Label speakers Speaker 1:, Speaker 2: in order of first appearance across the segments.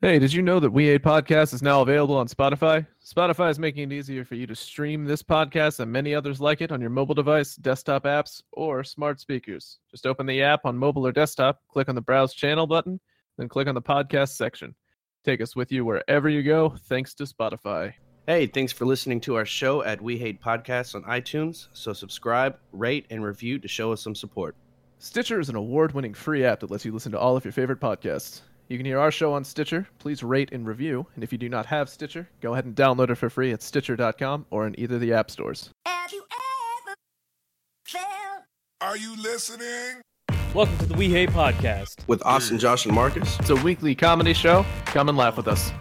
Speaker 1: Hey, did you know that We Ate Podcast is now available on Spotify? Spotify is making it easier for you to stream this podcast and many others like it on your mobile device, desktop apps, or smart speakers. Just open the app on mobile or desktop, click on the Browse Channel button, then click on the podcast section. Take us with you wherever you go, thanks to Spotify.
Speaker 2: Hey, thanks for listening to our show at We Hate Podcasts on iTunes. So subscribe, rate, and review to show us some support.
Speaker 1: Stitcher is an award winning free app that lets you listen to all of your favorite podcasts. You can hear our show on Stitcher. Please rate and review. And if you do not have Stitcher, go ahead and download it for free at Stitcher.com or in either of the app stores.
Speaker 3: Have you ever felt
Speaker 4: Are you listening?
Speaker 5: Welcome to the We Hate Podcast.
Speaker 2: With Austin, Josh, and Marcus.
Speaker 1: It's a weekly comedy show. Come and laugh with us.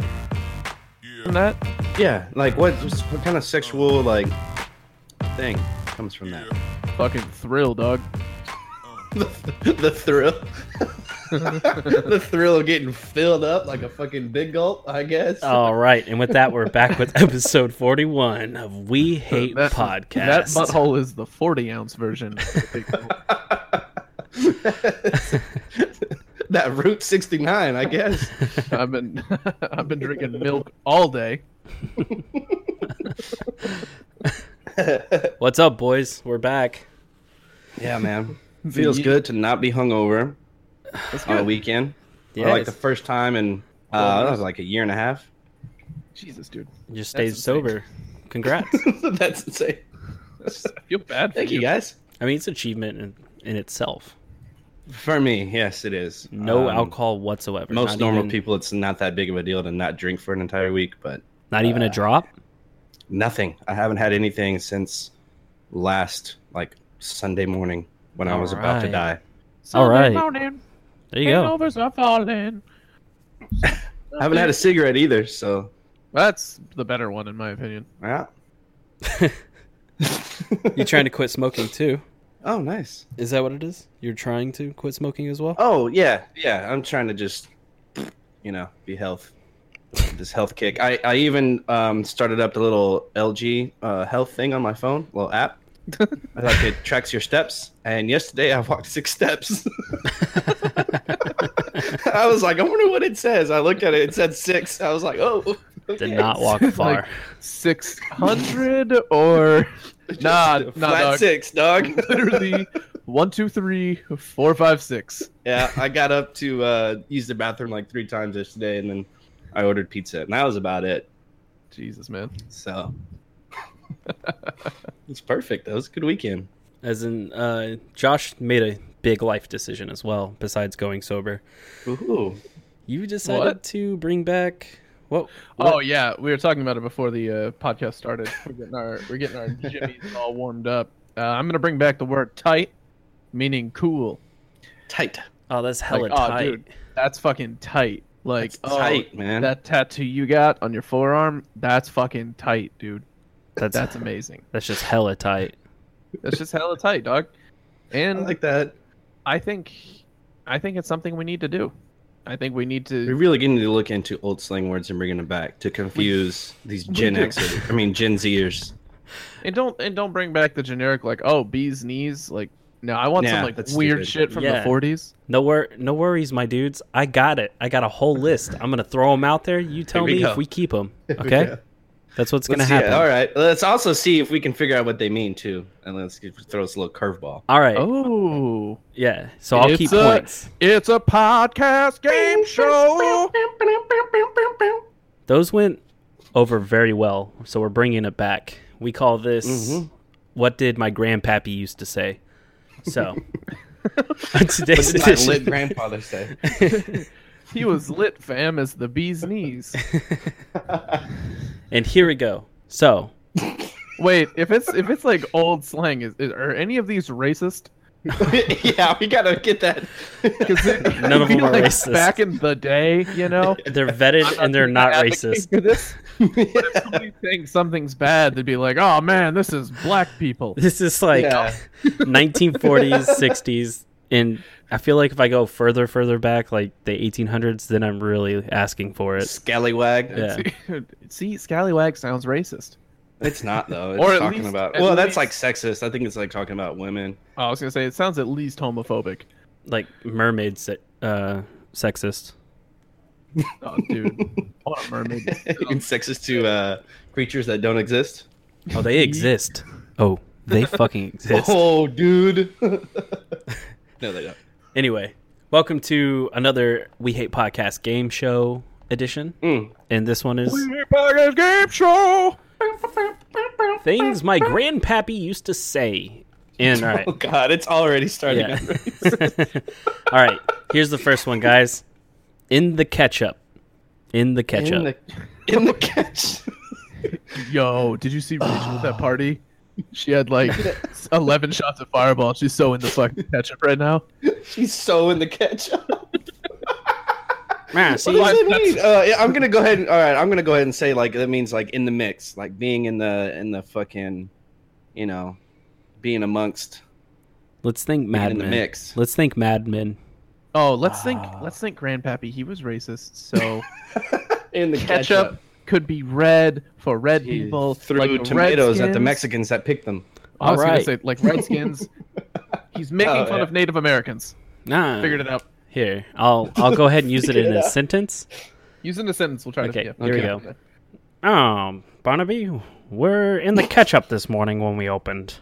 Speaker 4: Yeah.
Speaker 1: From that,
Speaker 2: Yeah, like what, what kind of sexual like thing comes from that?
Speaker 1: fucking thrill, dog.
Speaker 2: the, thrill, the thrill of getting filled up like a fucking big gulp, I guess.
Speaker 1: Oh,
Speaker 5: All right, and with that, we're back with episode forty-one of We Hate
Speaker 1: That-
Speaker 5: Podcast.
Speaker 1: That butthole is the 40 ounce version.
Speaker 2: that Route sixty nine, I guess.
Speaker 1: I've been I've been drinking milk all day.
Speaker 5: What's up, boys? We're back.
Speaker 2: yeah, man, feels
Speaker 1: ye-
Speaker 2: good to not be hungover
Speaker 1: That's
Speaker 2: on a
Speaker 1: good.
Speaker 2: weekend.
Speaker 5: Yeah,
Speaker 2: Or like the
Speaker 5: it's-
Speaker 2: first time in uh, that was like a year and a half.
Speaker 1: Jesus, dude.
Speaker 5: you just stayed
Speaker 1: That's insane.
Speaker 5: sober. Congrats.
Speaker 2: That's insane.
Speaker 1: I feel bad for
Speaker 2: Thank you guys.
Speaker 5: I mean, it's achievement in, in itself.
Speaker 2: For me, yes, it is.
Speaker 5: No
Speaker 2: Um,
Speaker 5: alcohol whatsoever.
Speaker 2: Most
Speaker 5: Not
Speaker 2: normal
Speaker 5: even-
Speaker 2: people, it's not that big of a deal to not drink for an entire week, but
Speaker 5: Not even a drop.
Speaker 2: nothing. I haven't had anything since last like Sunday morning when I was about to
Speaker 5: Alright.
Speaker 2: die.
Speaker 5: All right.
Speaker 1: Morning,
Speaker 5: There you go.
Speaker 1: hangovers are falling.
Speaker 2: I haven't had a cigarette either, so
Speaker 1: That's the better one, in my opinion.
Speaker 2: yeah.
Speaker 5: You're trying to quit smoking too.
Speaker 2: Oh, nice.
Speaker 5: Is that what it is? You're trying to quit smoking as well.
Speaker 2: Oh yeah, yeah. I'm trying to just, you know, be health, this health kick. I I even um, started up the little LG uh, health thing on my phone, little app. I like it tracks your steps. And yesterday I walked six steps. I was like, I wonder what it says. I looked at it; it said six. I was like, oh.
Speaker 5: Did
Speaker 2: okay.
Speaker 5: not walk far.
Speaker 1: Six hundred or nah,
Speaker 2: Just a
Speaker 1: nah,
Speaker 2: flat
Speaker 1: dog.
Speaker 2: six, dog.
Speaker 1: Literally one, two, three, four, five, six.
Speaker 2: Yeah, I got up to uh, use the bathroom like three times yesterday, and then I ordered pizza, and that was about it.
Speaker 1: Jesus, man.
Speaker 2: So it's perfect. That was a good weekend.
Speaker 5: As in, uh, Josh made a big life decision as well. Besides going sober,
Speaker 2: Ooh,
Speaker 5: you decided
Speaker 1: What?
Speaker 5: to bring back what?
Speaker 1: Oh yeah, we were talking about it before the uh, podcast started. We're getting our we're getting our jimmies all warmed up. Uh, I'm gonna bring back the word tight, meaning cool.
Speaker 2: tight,
Speaker 5: Oh, that's hella
Speaker 1: like,
Speaker 5: tight.
Speaker 1: oh, dude, that's fucking tight. Like, oh,
Speaker 2: tight, man.
Speaker 1: that tattoo you got on your forearm, that's fucking tight, dude.
Speaker 5: That's
Speaker 1: That's
Speaker 5: that's,
Speaker 1: amazing.
Speaker 5: just hella tight.
Speaker 1: That's just hella tight, dog.
Speaker 2: I
Speaker 1: And
Speaker 2: like that.
Speaker 1: I think, I think it's something we need to do. I think we need
Speaker 2: We
Speaker 1: to.
Speaker 2: really need to look into old slang words and bringing them back to confuse these Gen
Speaker 1: do.
Speaker 2: Xers. I mean Gen Zers.
Speaker 1: And don't and don't bring back the generic like, oh, bees knees. Like, no, I want
Speaker 2: Nah,
Speaker 1: some like
Speaker 2: that's
Speaker 1: weird
Speaker 2: stupid.
Speaker 1: shit from
Speaker 5: Yeah.
Speaker 1: the '40s.
Speaker 5: No wor- no worries, my dudes. I got it. I got a whole list. I'm gonna throw them out there. You tell
Speaker 2: we
Speaker 5: me
Speaker 2: go.
Speaker 5: if we keep them. Okay,
Speaker 2: go.
Speaker 5: that's what's gonna
Speaker 2: Let's see-
Speaker 5: happen.
Speaker 2: all right. Let's also see if we can figure out what they mean too, and let's get- throw us a little curveball.
Speaker 5: All right.
Speaker 1: Oh,
Speaker 5: Yeah. So I'll
Speaker 1: It's
Speaker 5: keep
Speaker 1: a-
Speaker 5: points.
Speaker 1: it's a podcast game show.
Speaker 5: Those went over very well. So we're bringing it back. We call this
Speaker 2: Mhm.
Speaker 5: "What did my grandpappy used to say?" So on
Speaker 2: What
Speaker 5: today's
Speaker 2: did my lit
Speaker 5: edition,
Speaker 2: grandfather say?
Speaker 1: He was lit, fam, as the bee's knees.
Speaker 5: and here we go. So
Speaker 1: Wait, if it's if it's like old slang, is, is are any of these racist?
Speaker 2: yeah, we gotta get that.
Speaker 1: None
Speaker 5: of them are racist.
Speaker 1: Back in the day, you know,
Speaker 5: they're vetted and they're not
Speaker 1: advocating
Speaker 5: racist.
Speaker 1: for This, somebody thinks something's bad, they'd be like, "Oh man, this is black people."
Speaker 5: This is like
Speaker 2: Yeah.
Speaker 5: 1940s, 60s, and I feel like if I go further, further back, like the 1800s, then I'm really asking for it.
Speaker 2: Scallywag.
Speaker 5: Yeah.
Speaker 1: See, scallywag sounds racist.
Speaker 2: It's not though. It's
Speaker 1: Or at
Speaker 2: talking
Speaker 1: least-
Speaker 2: about
Speaker 1: at
Speaker 2: well,
Speaker 1: least-
Speaker 2: that's like sexist. I think it's like talking about women.
Speaker 1: Oh, I was gonna say it sounds at least homophobic.
Speaker 5: Like mermaids, uh, sexist.
Speaker 1: Oh, dude, I want a mermaid.
Speaker 2: Insects is to uh, creatures that don't exist.
Speaker 5: Oh, they exist. Oh, they fucking exist.
Speaker 2: Oh, dude. no, they don't.
Speaker 5: Anyway, welcome to another We Hate Podcast game show edition.
Speaker 2: Mm.
Speaker 5: And this one is
Speaker 1: Podcast game show.
Speaker 5: Things My Grandpappy Used to Say. And all right.
Speaker 2: Oh God, it's already starting.
Speaker 5: Yeah. all right. Here's the first one, guys. In the ketchup. In the ketchup.
Speaker 2: In the in the catch.
Speaker 1: Yo, did you see Rachel at that party? She had like eleven shots of Fireball. She's so in the fucking ketchup right now.
Speaker 2: She's so in the catch.
Speaker 5: Man,
Speaker 2: What
Speaker 5: Ah, see,
Speaker 2: does it mean? Uh, yeah, I'm gonna go ahead. And, all right, I'm gonna go ahead and say like that means like in the mix, like being in the in the fucking, you know, being amongst,
Speaker 5: let's think
Speaker 2: being
Speaker 5: Mad
Speaker 2: in the
Speaker 5: Men.
Speaker 2: mix.
Speaker 5: Let's think Mad Men.
Speaker 1: Oh, let's think.
Speaker 2: Ah.
Speaker 1: Let's think. Grandpappy, he was racist, so
Speaker 2: In the
Speaker 1: ketchup could be red for red
Speaker 2: He
Speaker 1: people.
Speaker 2: threw
Speaker 1: like the
Speaker 2: tomatoes at the
Speaker 1: Redskins.
Speaker 2: Mexicans that picked them.
Speaker 1: I was
Speaker 5: All
Speaker 1: gonna
Speaker 5: right.
Speaker 1: say like redskins. He's making
Speaker 2: Oh,
Speaker 1: fun
Speaker 2: yeah.
Speaker 1: of Native Americans.
Speaker 5: Nah.
Speaker 1: Figured it out.
Speaker 5: Here, I'll I'll go ahead and use it in a sentence.
Speaker 1: Use in a sentence. We'll try
Speaker 5: Okay,
Speaker 1: to.
Speaker 5: here we go. Um, Barnaby, we're in the ketchup this morning when we opened.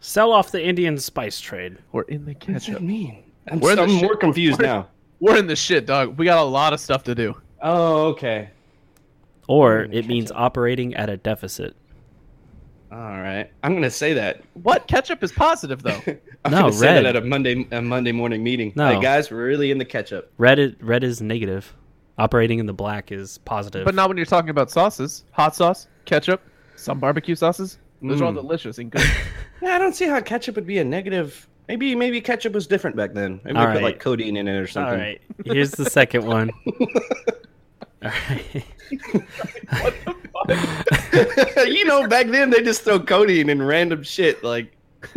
Speaker 5: Sell off the Indian spice trade.
Speaker 1: We're in the
Speaker 2: What does that
Speaker 1: ketchup.
Speaker 2: mean? I'm,
Speaker 1: Where the
Speaker 2: I'm
Speaker 1: shit-
Speaker 2: more confused
Speaker 1: where-
Speaker 2: now.
Speaker 1: We're in the shit, dog. We got a lot of stuff to do.
Speaker 2: Oh, okay.
Speaker 5: Or
Speaker 2: in
Speaker 5: it
Speaker 2: the
Speaker 5: means operating at a deficit.
Speaker 2: All right, I'm gonna say that.
Speaker 1: What ketchup is positive though?
Speaker 2: I'm
Speaker 5: No,
Speaker 2: gonna say that
Speaker 5: red.
Speaker 2: at a Monday a Monday morning meeting.
Speaker 5: No.
Speaker 2: Hey guys, we're really in the ketchup.
Speaker 5: Red is, red is negative. Operating in the black is positive.
Speaker 1: but not when you're talking about sauces. Hot sauce, ketchup, some barbecue sauces. Those are all
Speaker 2: Mm.
Speaker 1: delicious and good.
Speaker 2: Yeah, I don't see how ketchup would be a negative. Maybe maybe ketchup was different back then. Maybe they
Speaker 5: All
Speaker 2: put
Speaker 5: right.
Speaker 2: like codeine in it or something.
Speaker 5: All right. Here's the second one. All right.
Speaker 2: you know, back then they just throw codeine in random shit. Like,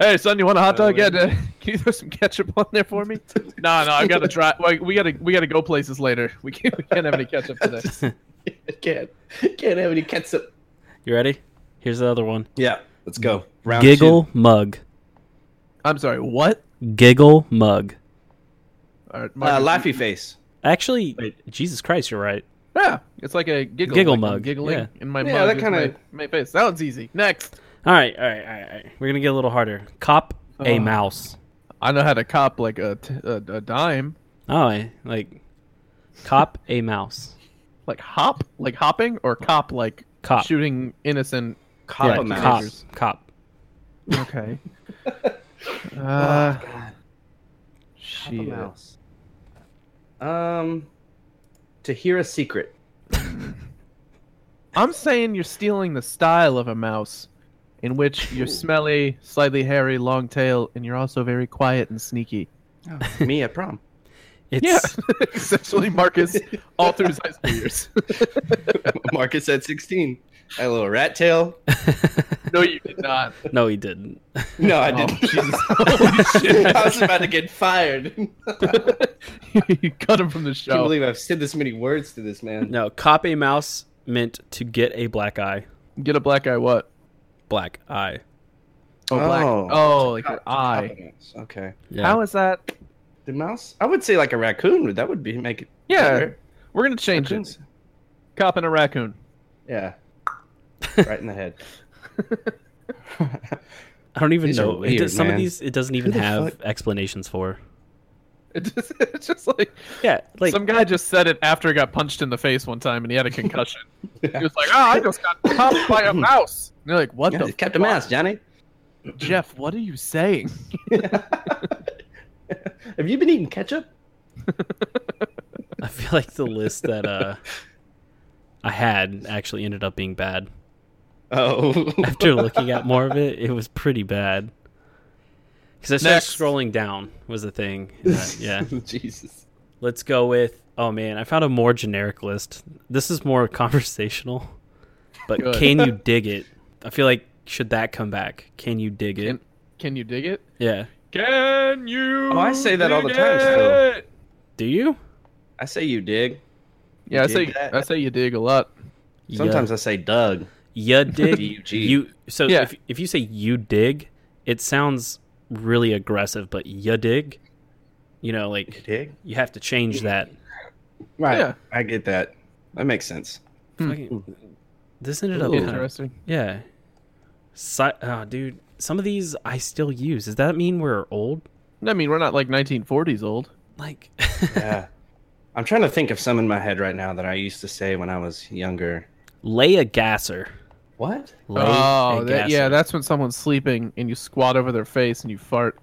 Speaker 1: hey, son, you want a hot
Speaker 2: By the
Speaker 1: dog? Yeah, uh, can you throw some ketchup on there for me? no, no, I gotta try. Like, we gotta, we gotta go places later. We can't, we can't have any ketchup today.
Speaker 2: can't can't have any ketchup.
Speaker 5: You ready? Here's the other one.
Speaker 2: Yeah, let's go. Round
Speaker 5: Giggle mug.
Speaker 1: I'm sorry. What?
Speaker 5: Giggle mug.
Speaker 1: All right,
Speaker 2: two. Uh,
Speaker 1: Marcus,
Speaker 2: laughy face.
Speaker 5: Actually,
Speaker 2: Wait.
Speaker 5: Jesus Christ, you're right.
Speaker 1: Yeah, it's like a giggle,
Speaker 5: Giggle
Speaker 1: like I'm
Speaker 5: mug,
Speaker 1: giggling
Speaker 5: yeah.
Speaker 1: in my
Speaker 2: Yeah,
Speaker 1: mug.
Speaker 2: that
Speaker 1: with
Speaker 2: kinda-
Speaker 1: my, my face. That one's easy. Next,
Speaker 5: All right, all right, all right. All right. We're gonna get a little harder. Cop a
Speaker 2: Uh.
Speaker 1: Oh.
Speaker 5: mouse.
Speaker 1: I know how to cop like a, t- a, a dime,
Speaker 5: Oh, I- like cop a mouse.
Speaker 1: like hop, like hopping, or cop like
Speaker 5: Cop.
Speaker 1: shooting innocent.
Speaker 2: Cop
Speaker 5: Yeah,
Speaker 2: a mouse.
Speaker 5: Cop. Cop.
Speaker 1: Okay. uh,
Speaker 2: Cop a
Speaker 1: shit.
Speaker 2: mouse. Um, to hear a secret.
Speaker 1: I'm saying you're stealing the style of a mouse, in which you're smelly, slightly hairy, long tail, and you're also very quiet and sneaky. Oh.
Speaker 2: Me at prom.
Speaker 5: It's
Speaker 1: Yeah, essentially Marcus all through his high school years.
Speaker 2: Marcus at 16. Had a little rat tail.
Speaker 1: no, you did not.
Speaker 5: no, he didn't.
Speaker 2: No, I
Speaker 1: Oh,
Speaker 2: didn't.
Speaker 1: Jesus.
Speaker 2: Oh,
Speaker 1: Holy shit.
Speaker 2: I was about to get fired.
Speaker 1: you cut him from the
Speaker 2: I can't
Speaker 1: show.
Speaker 2: believe I've said this many words to this man.
Speaker 5: No, cop a mouse meant to get a black eye.
Speaker 1: Get a black eye. What?
Speaker 5: Black eye.
Speaker 1: Oh, black.
Speaker 2: Oh.
Speaker 1: Oh, like your
Speaker 2: Cop- cop
Speaker 1: eye.
Speaker 2: a mouse. Okay.
Speaker 5: Yeah.
Speaker 1: How is that?
Speaker 2: The mouse? I would say like a raccoon. would- That would be make it.
Speaker 1: Yeah,
Speaker 2: better.
Speaker 1: we're gonna change it.
Speaker 2: Raccoons.
Speaker 1: Cop and a raccoon.
Speaker 2: Yeah. right in the head.
Speaker 5: I don't even
Speaker 2: These are
Speaker 5: know. It
Speaker 2: weird,
Speaker 5: does- some of
Speaker 2: man.
Speaker 5: these it doesn't even
Speaker 2: the
Speaker 5: have
Speaker 2: fuck-
Speaker 5: explanations for.
Speaker 1: It just, it's just like,
Speaker 5: Yeah, like
Speaker 1: some guy just said it after he got punched in the face one time and he had a concussion. He was like, "Ah, I just got popped by a mouse." And they're like, "What
Speaker 2: Yeah,
Speaker 1: the
Speaker 2: just kept a
Speaker 1: fuck?
Speaker 2: mouse, Johnny.
Speaker 1: Jeff? What are you saying?"
Speaker 2: Have you been eating ketchup?
Speaker 5: I feel like the list that uh I had actually ended up being bad.
Speaker 2: Oh.
Speaker 5: After looking at more of it, it was pretty bad. Because I started
Speaker 1: Next.
Speaker 5: scrolling down was the thing. that- yeah,
Speaker 2: Jesus.
Speaker 5: let's go with. Oh man, I found a more generic list. This is more conversational, but
Speaker 1: Good.
Speaker 5: can you dig it? I feel like should that come back? Can you dig it?
Speaker 1: Can, can you dig it?
Speaker 5: yeah.
Speaker 1: Can you?
Speaker 2: Oh, I say that all the
Speaker 1: dig
Speaker 2: time still.
Speaker 1: it?
Speaker 5: Do you?
Speaker 2: I say you dig.
Speaker 1: Yeah, I
Speaker 2: Dig
Speaker 1: say
Speaker 2: that.
Speaker 1: I say you dig a lot.
Speaker 2: Sometimes
Speaker 5: yeah.
Speaker 2: I say Doug.
Speaker 5: you dig
Speaker 2: D-U-G.
Speaker 5: you so
Speaker 1: Yeah.
Speaker 5: if, if you say you dig it sounds really aggressive but you dig you know like
Speaker 2: dig?
Speaker 5: you have to change that
Speaker 2: Right.
Speaker 1: Yeah.
Speaker 2: I get that. That makes sense.
Speaker 1: Hmm.
Speaker 5: Fucking- this ended up
Speaker 1: Ooh,
Speaker 5: kind of
Speaker 1: interesting.
Speaker 5: Yeah. Si- oh, dude, some of these I still use. Does that mean we're old?
Speaker 1: I mean, we're not like 1940s old.
Speaker 5: Like,
Speaker 2: Yeah. I'm trying to think of some in my head right now that I used to say when I was younger.
Speaker 5: lay a gasser.
Speaker 2: What?
Speaker 5: Lay
Speaker 1: oh,
Speaker 5: a
Speaker 1: that, yeah,
Speaker 5: gasser.
Speaker 1: that's when someone's sleeping and you squat over their face and you fart.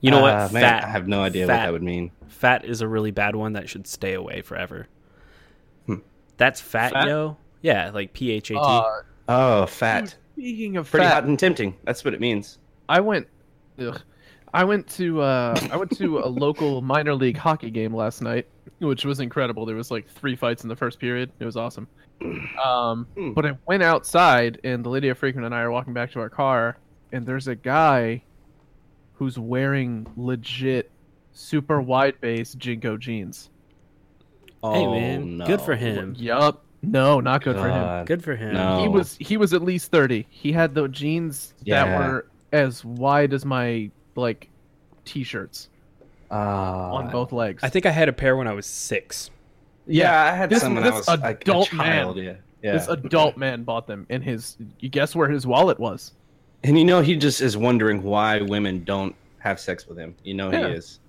Speaker 5: You know what?
Speaker 2: Ah, man,
Speaker 5: fat.
Speaker 2: I have no idea what
Speaker 5: Fat.
Speaker 2: that would mean.
Speaker 5: Fat is a really bad one that should stay away forever. That's fat,
Speaker 1: Fat?
Speaker 5: yo. Yeah, like P H A T.
Speaker 1: Uh,
Speaker 2: Oh, fat.
Speaker 1: speaking of
Speaker 2: Pretty
Speaker 1: fat,
Speaker 2: hot and tempting. That's what it means.
Speaker 1: I went. Ugh, I went to uh, I went to a local minor league hockey game last night, which was incredible. There was like three fights in the first period. It was awesome. Um,
Speaker 2: Hmm.
Speaker 1: But I went outside, and the lady of Freakman and I are walking back to our car, and there's a guy who's wearing legit super wide base jinko jeans.
Speaker 2: Oh,
Speaker 5: Hey,
Speaker 1: Oh,
Speaker 5: man, good for him.
Speaker 1: Yup. No, not good for him.
Speaker 2: God.
Speaker 5: Good for him.
Speaker 2: No.
Speaker 1: He was he was at least thirty. He had the jeans that
Speaker 2: Yeah.
Speaker 1: were as wide as my like t-shirts
Speaker 2: Ah.
Speaker 1: on both legs.
Speaker 5: I think I had a pair when I was six.
Speaker 2: Yeah, I had
Speaker 1: This-
Speaker 2: some when
Speaker 1: this
Speaker 2: I was like,
Speaker 1: adult
Speaker 2: a
Speaker 1: man.
Speaker 2: child. Yeah. Yeah.
Speaker 1: This adult man bought them, and his you guess where his wallet was?
Speaker 2: And you know he just is wondering why women don't have sex with him. You know
Speaker 1: Yeah.
Speaker 2: he is.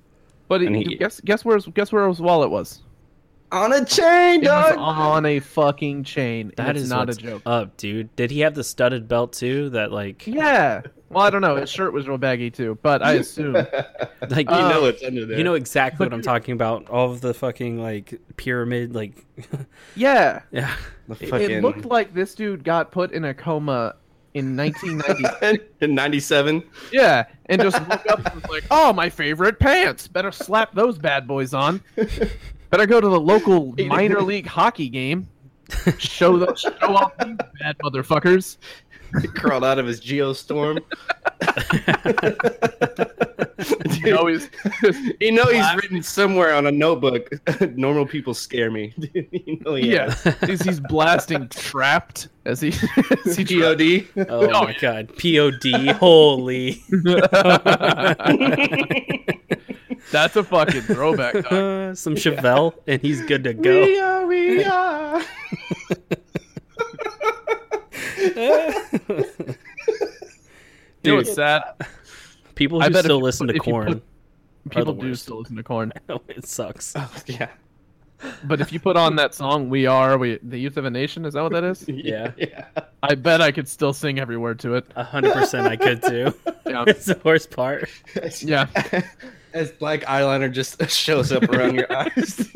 Speaker 1: But
Speaker 2: And
Speaker 1: it-
Speaker 2: he-
Speaker 1: guess guess where his, guess where his wallet was?
Speaker 2: On a chain,
Speaker 1: It was
Speaker 2: dog.
Speaker 1: on a fucking chain. and
Speaker 5: That
Speaker 1: it's
Speaker 5: is
Speaker 1: not a
Speaker 5: what's
Speaker 1: joke.
Speaker 5: Up, dude. Did he have the studded belt too? That like,
Speaker 1: Yeah. Well, I don't know. His shirt was real baggy too, but I assume.
Speaker 5: like
Speaker 1: Uh, know
Speaker 2: it's under there.
Speaker 5: you know exactly what I'm talking about. All of the fucking like pyramid, like,
Speaker 1: yeah.
Speaker 5: yeah.
Speaker 2: the
Speaker 1: It-
Speaker 2: fucking
Speaker 1: It looked like this dude got put in a coma in 1990.
Speaker 2: in '97.
Speaker 1: yeah, and just looked up and was like, "Oh, my favorite pants. Better slap those bad boys on. Better go to the local minor league hockey game. Show the show off these bad motherfuckers."
Speaker 2: He crawled out of his geostorm. Dude,
Speaker 1: You know, he's
Speaker 2: you know he's written somewhere on a notebook. Normal people scare me. you know he
Speaker 1: yeah,
Speaker 2: has.
Speaker 5: oh,
Speaker 1: he's, he's blasting trapped as he as he tries-
Speaker 2: CGOD.
Speaker 5: Oh,
Speaker 1: Oh,
Speaker 5: my god. POD. Holy.
Speaker 1: That's a fucking throwback. Doc.
Speaker 5: Some Chevelle, and he's good to go.
Speaker 2: are, we are.
Speaker 1: You know
Speaker 5: Dude,
Speaker 1: what's sad?
Speaker 5: people
Speaker 1: I
Speaker 5: who
Speaker 1: bet if
Speaker 5: still
Speaker 1: you
Speaker 5: listen
Speaker 1: put-
Speaker 5: to
Speaker 1: if you put-
Speaker 5: corn,
Speaker 1: People
Speaker 5: the
Speaker 1: do
Speaker 5: worst.
Speaker 1: still listen to corn,
Speaker 5: oh, it sucks.
Speaker 2: yeah.
Speaker 1: but if you put on that song "We Are We the Youth of a Nation," is that what that is?
Speaker 5: Yeah.
Speaker 2: Yeah.
Speaker 1: I bet I could still sing every word to it.
Speaker 5: A hundred percent, I could too.
Speaker 1: Yeah.
Speaker 5: it's the worst part.
Speaker 1: Yeah.
Speaker 2: As black eyeliner just shows up around your eyes.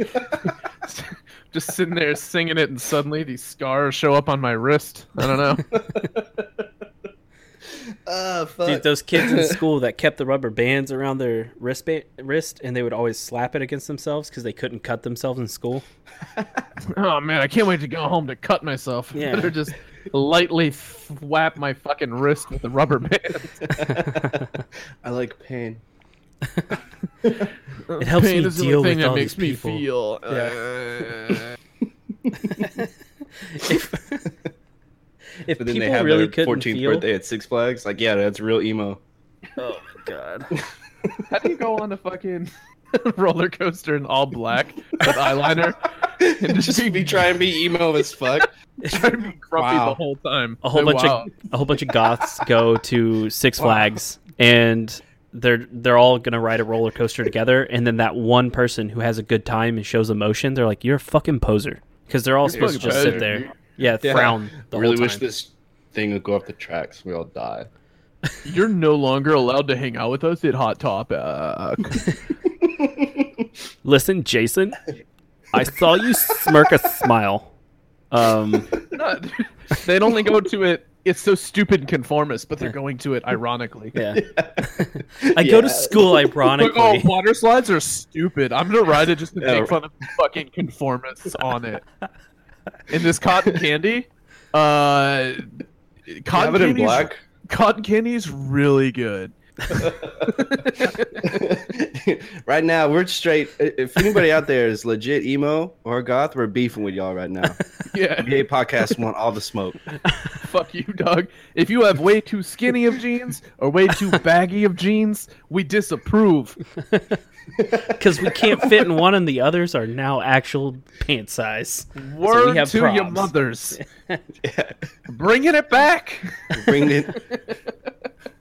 Speaker 1: Just sitting there singing it, and suddenly these scars show up on my wrist. I don't know.
Speaker 2: oh, fuck.
Speaker 5: Dude, those kids in school that kept the rubber bands around their wrist, wrist, and they would always slap it against themselves because they couldn't cut themselves in school.
Speaker 1: oh man, I can't wait to go home to cut myself.
Speaker 5: Yeah.
Speaker 1: Better just lightly flap my fucking wrist with a rubber band.
Speaker 2: I like pain.
Speaker 5: It helps
Speaker 1: Pain
Speaker 5: me
Speaker 1: is the
Speaker 5: deal
Speaker 1: only thing
Speaker 5: with
Speaker 1: that
Speaker 5: all
Speaker 1: makes
Speaker 5: these
Speaker 1: me
Speaker 5: people.
Speaker 1: feel.
Speaker 5: If, if
Speaker 2: But then
Speaker 5: people
Speaker 2: they have
Speaker 5: really
Speaker 2: their
Speaker 5: couldn't
Speaker 2: 14th
Speaker 5: feel,
Speaker 2: birthday at Six Flags. Like, yeah, that's real emo.
Speaker 5: oh my god.
Speaker 1: Uh, how do you go on a fucking roller coaster in all black with eyeliner and just,
Speaker 2: Just be trying to be emo as fuck.
Speaker 1: try to be grumpy
Speaker 2: Wow.
Speaker 1: the whole time?
Speaker 5: a whole
Speaker 1: Like,
Speaker 5: bunch
Speaker 1: wow.
Speaker 5: of a whole bunch of goths go to Six Flags and they're they're all gonna ride a roller coaster together and then that one person who has a good time and shows emotion they're like you're a fucking poser because they're all supposed to
Speaker 1: fucking
Speaker 5: just sit
Speaker 1: poser,
Speaker 5: there
Speaker 2: dude.
Speaker 5: yeah,
Speaker 2: Yeah.
Speaker 5: frown the
Speaker 2: I really
Speaker 5: whole
Speaker 2: wish
Speaker 5: time.
Speaker 2: this thing would go off the tracks. We all die.
Speaker 1: You're no longer allowed to hang out with us at Hot Topic.
Speaker 5: listen Jason I saw you smirk a smile um
Speaker 1: Not, they'd only go to it. It's so stupid and conformist, but they're going to it ironically.
Speaker 5: yeah I go to
Speaker 2: Yeah.
Speaker 5: school
Speaker 1: Like, oh,
Speaker 5: ironically
Speaker 1: water slides are stupid. I'm gonna ride it just to
Speaker 2: Yeah.
Speaker 1: make fun of the fucking conformists on it. And this cotton candy, uh, cotton
Speaker 2: Cabin in
Speaker 1: candy's-
Speaker 2: Black.
Speaker 1: Cotton candy's really good.
Speaker 2: right now we're straight. i- If anybody out there is legit emo or goth, we're beefing with y'all right now.
Speaker 1: Yeah,
Speaker 2: Gay podcasts want all the smoke.
Speaker 1: fuck you, dog. If you have way too skinny of jeans or way too baggy of jeans, we disapprove.
Speaker 5: because we can't fit in one, and the others are now actual pant size.
Speaker 1: Word
Speaker 5: we have
Speaker 1: to your
Speaker 5: props.
Speaker 1: mothers. Bringing it back.
Speaker 2: Bring it.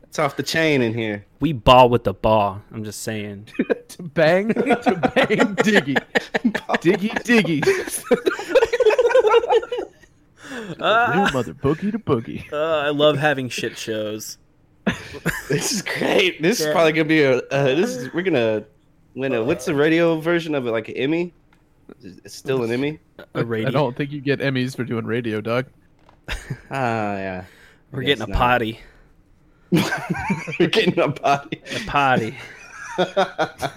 Speaker 2: It's off the chain in here.
Speaker 5: We ball with the ball. I'm just saying.
Speaker 1: to bang, to bang, diggy. diggy, diggy. Little mother boogie to boogie.
Speaker 5: Ah, I love having shit shows.
Speaker 2: This is great. This is probably gonna be a. Uh, this is we're gonna win a. What's the radio version of it? Like an Emmy? It's still an Emmy.
Speaker 5: A
Speaker 1: I
Speaker 5: radio.
Speaker 1: don't think you get Emmys for doing radio, dog.
Speaker 2: Ah, yeah.
Speaker 5: We're
Speaker 2: Yes,
Speaker 5: getting a
Speaker 2: no.
Speaker 5: potty.
Speaker 2: We're getting a body.
Speaker 5: A potty.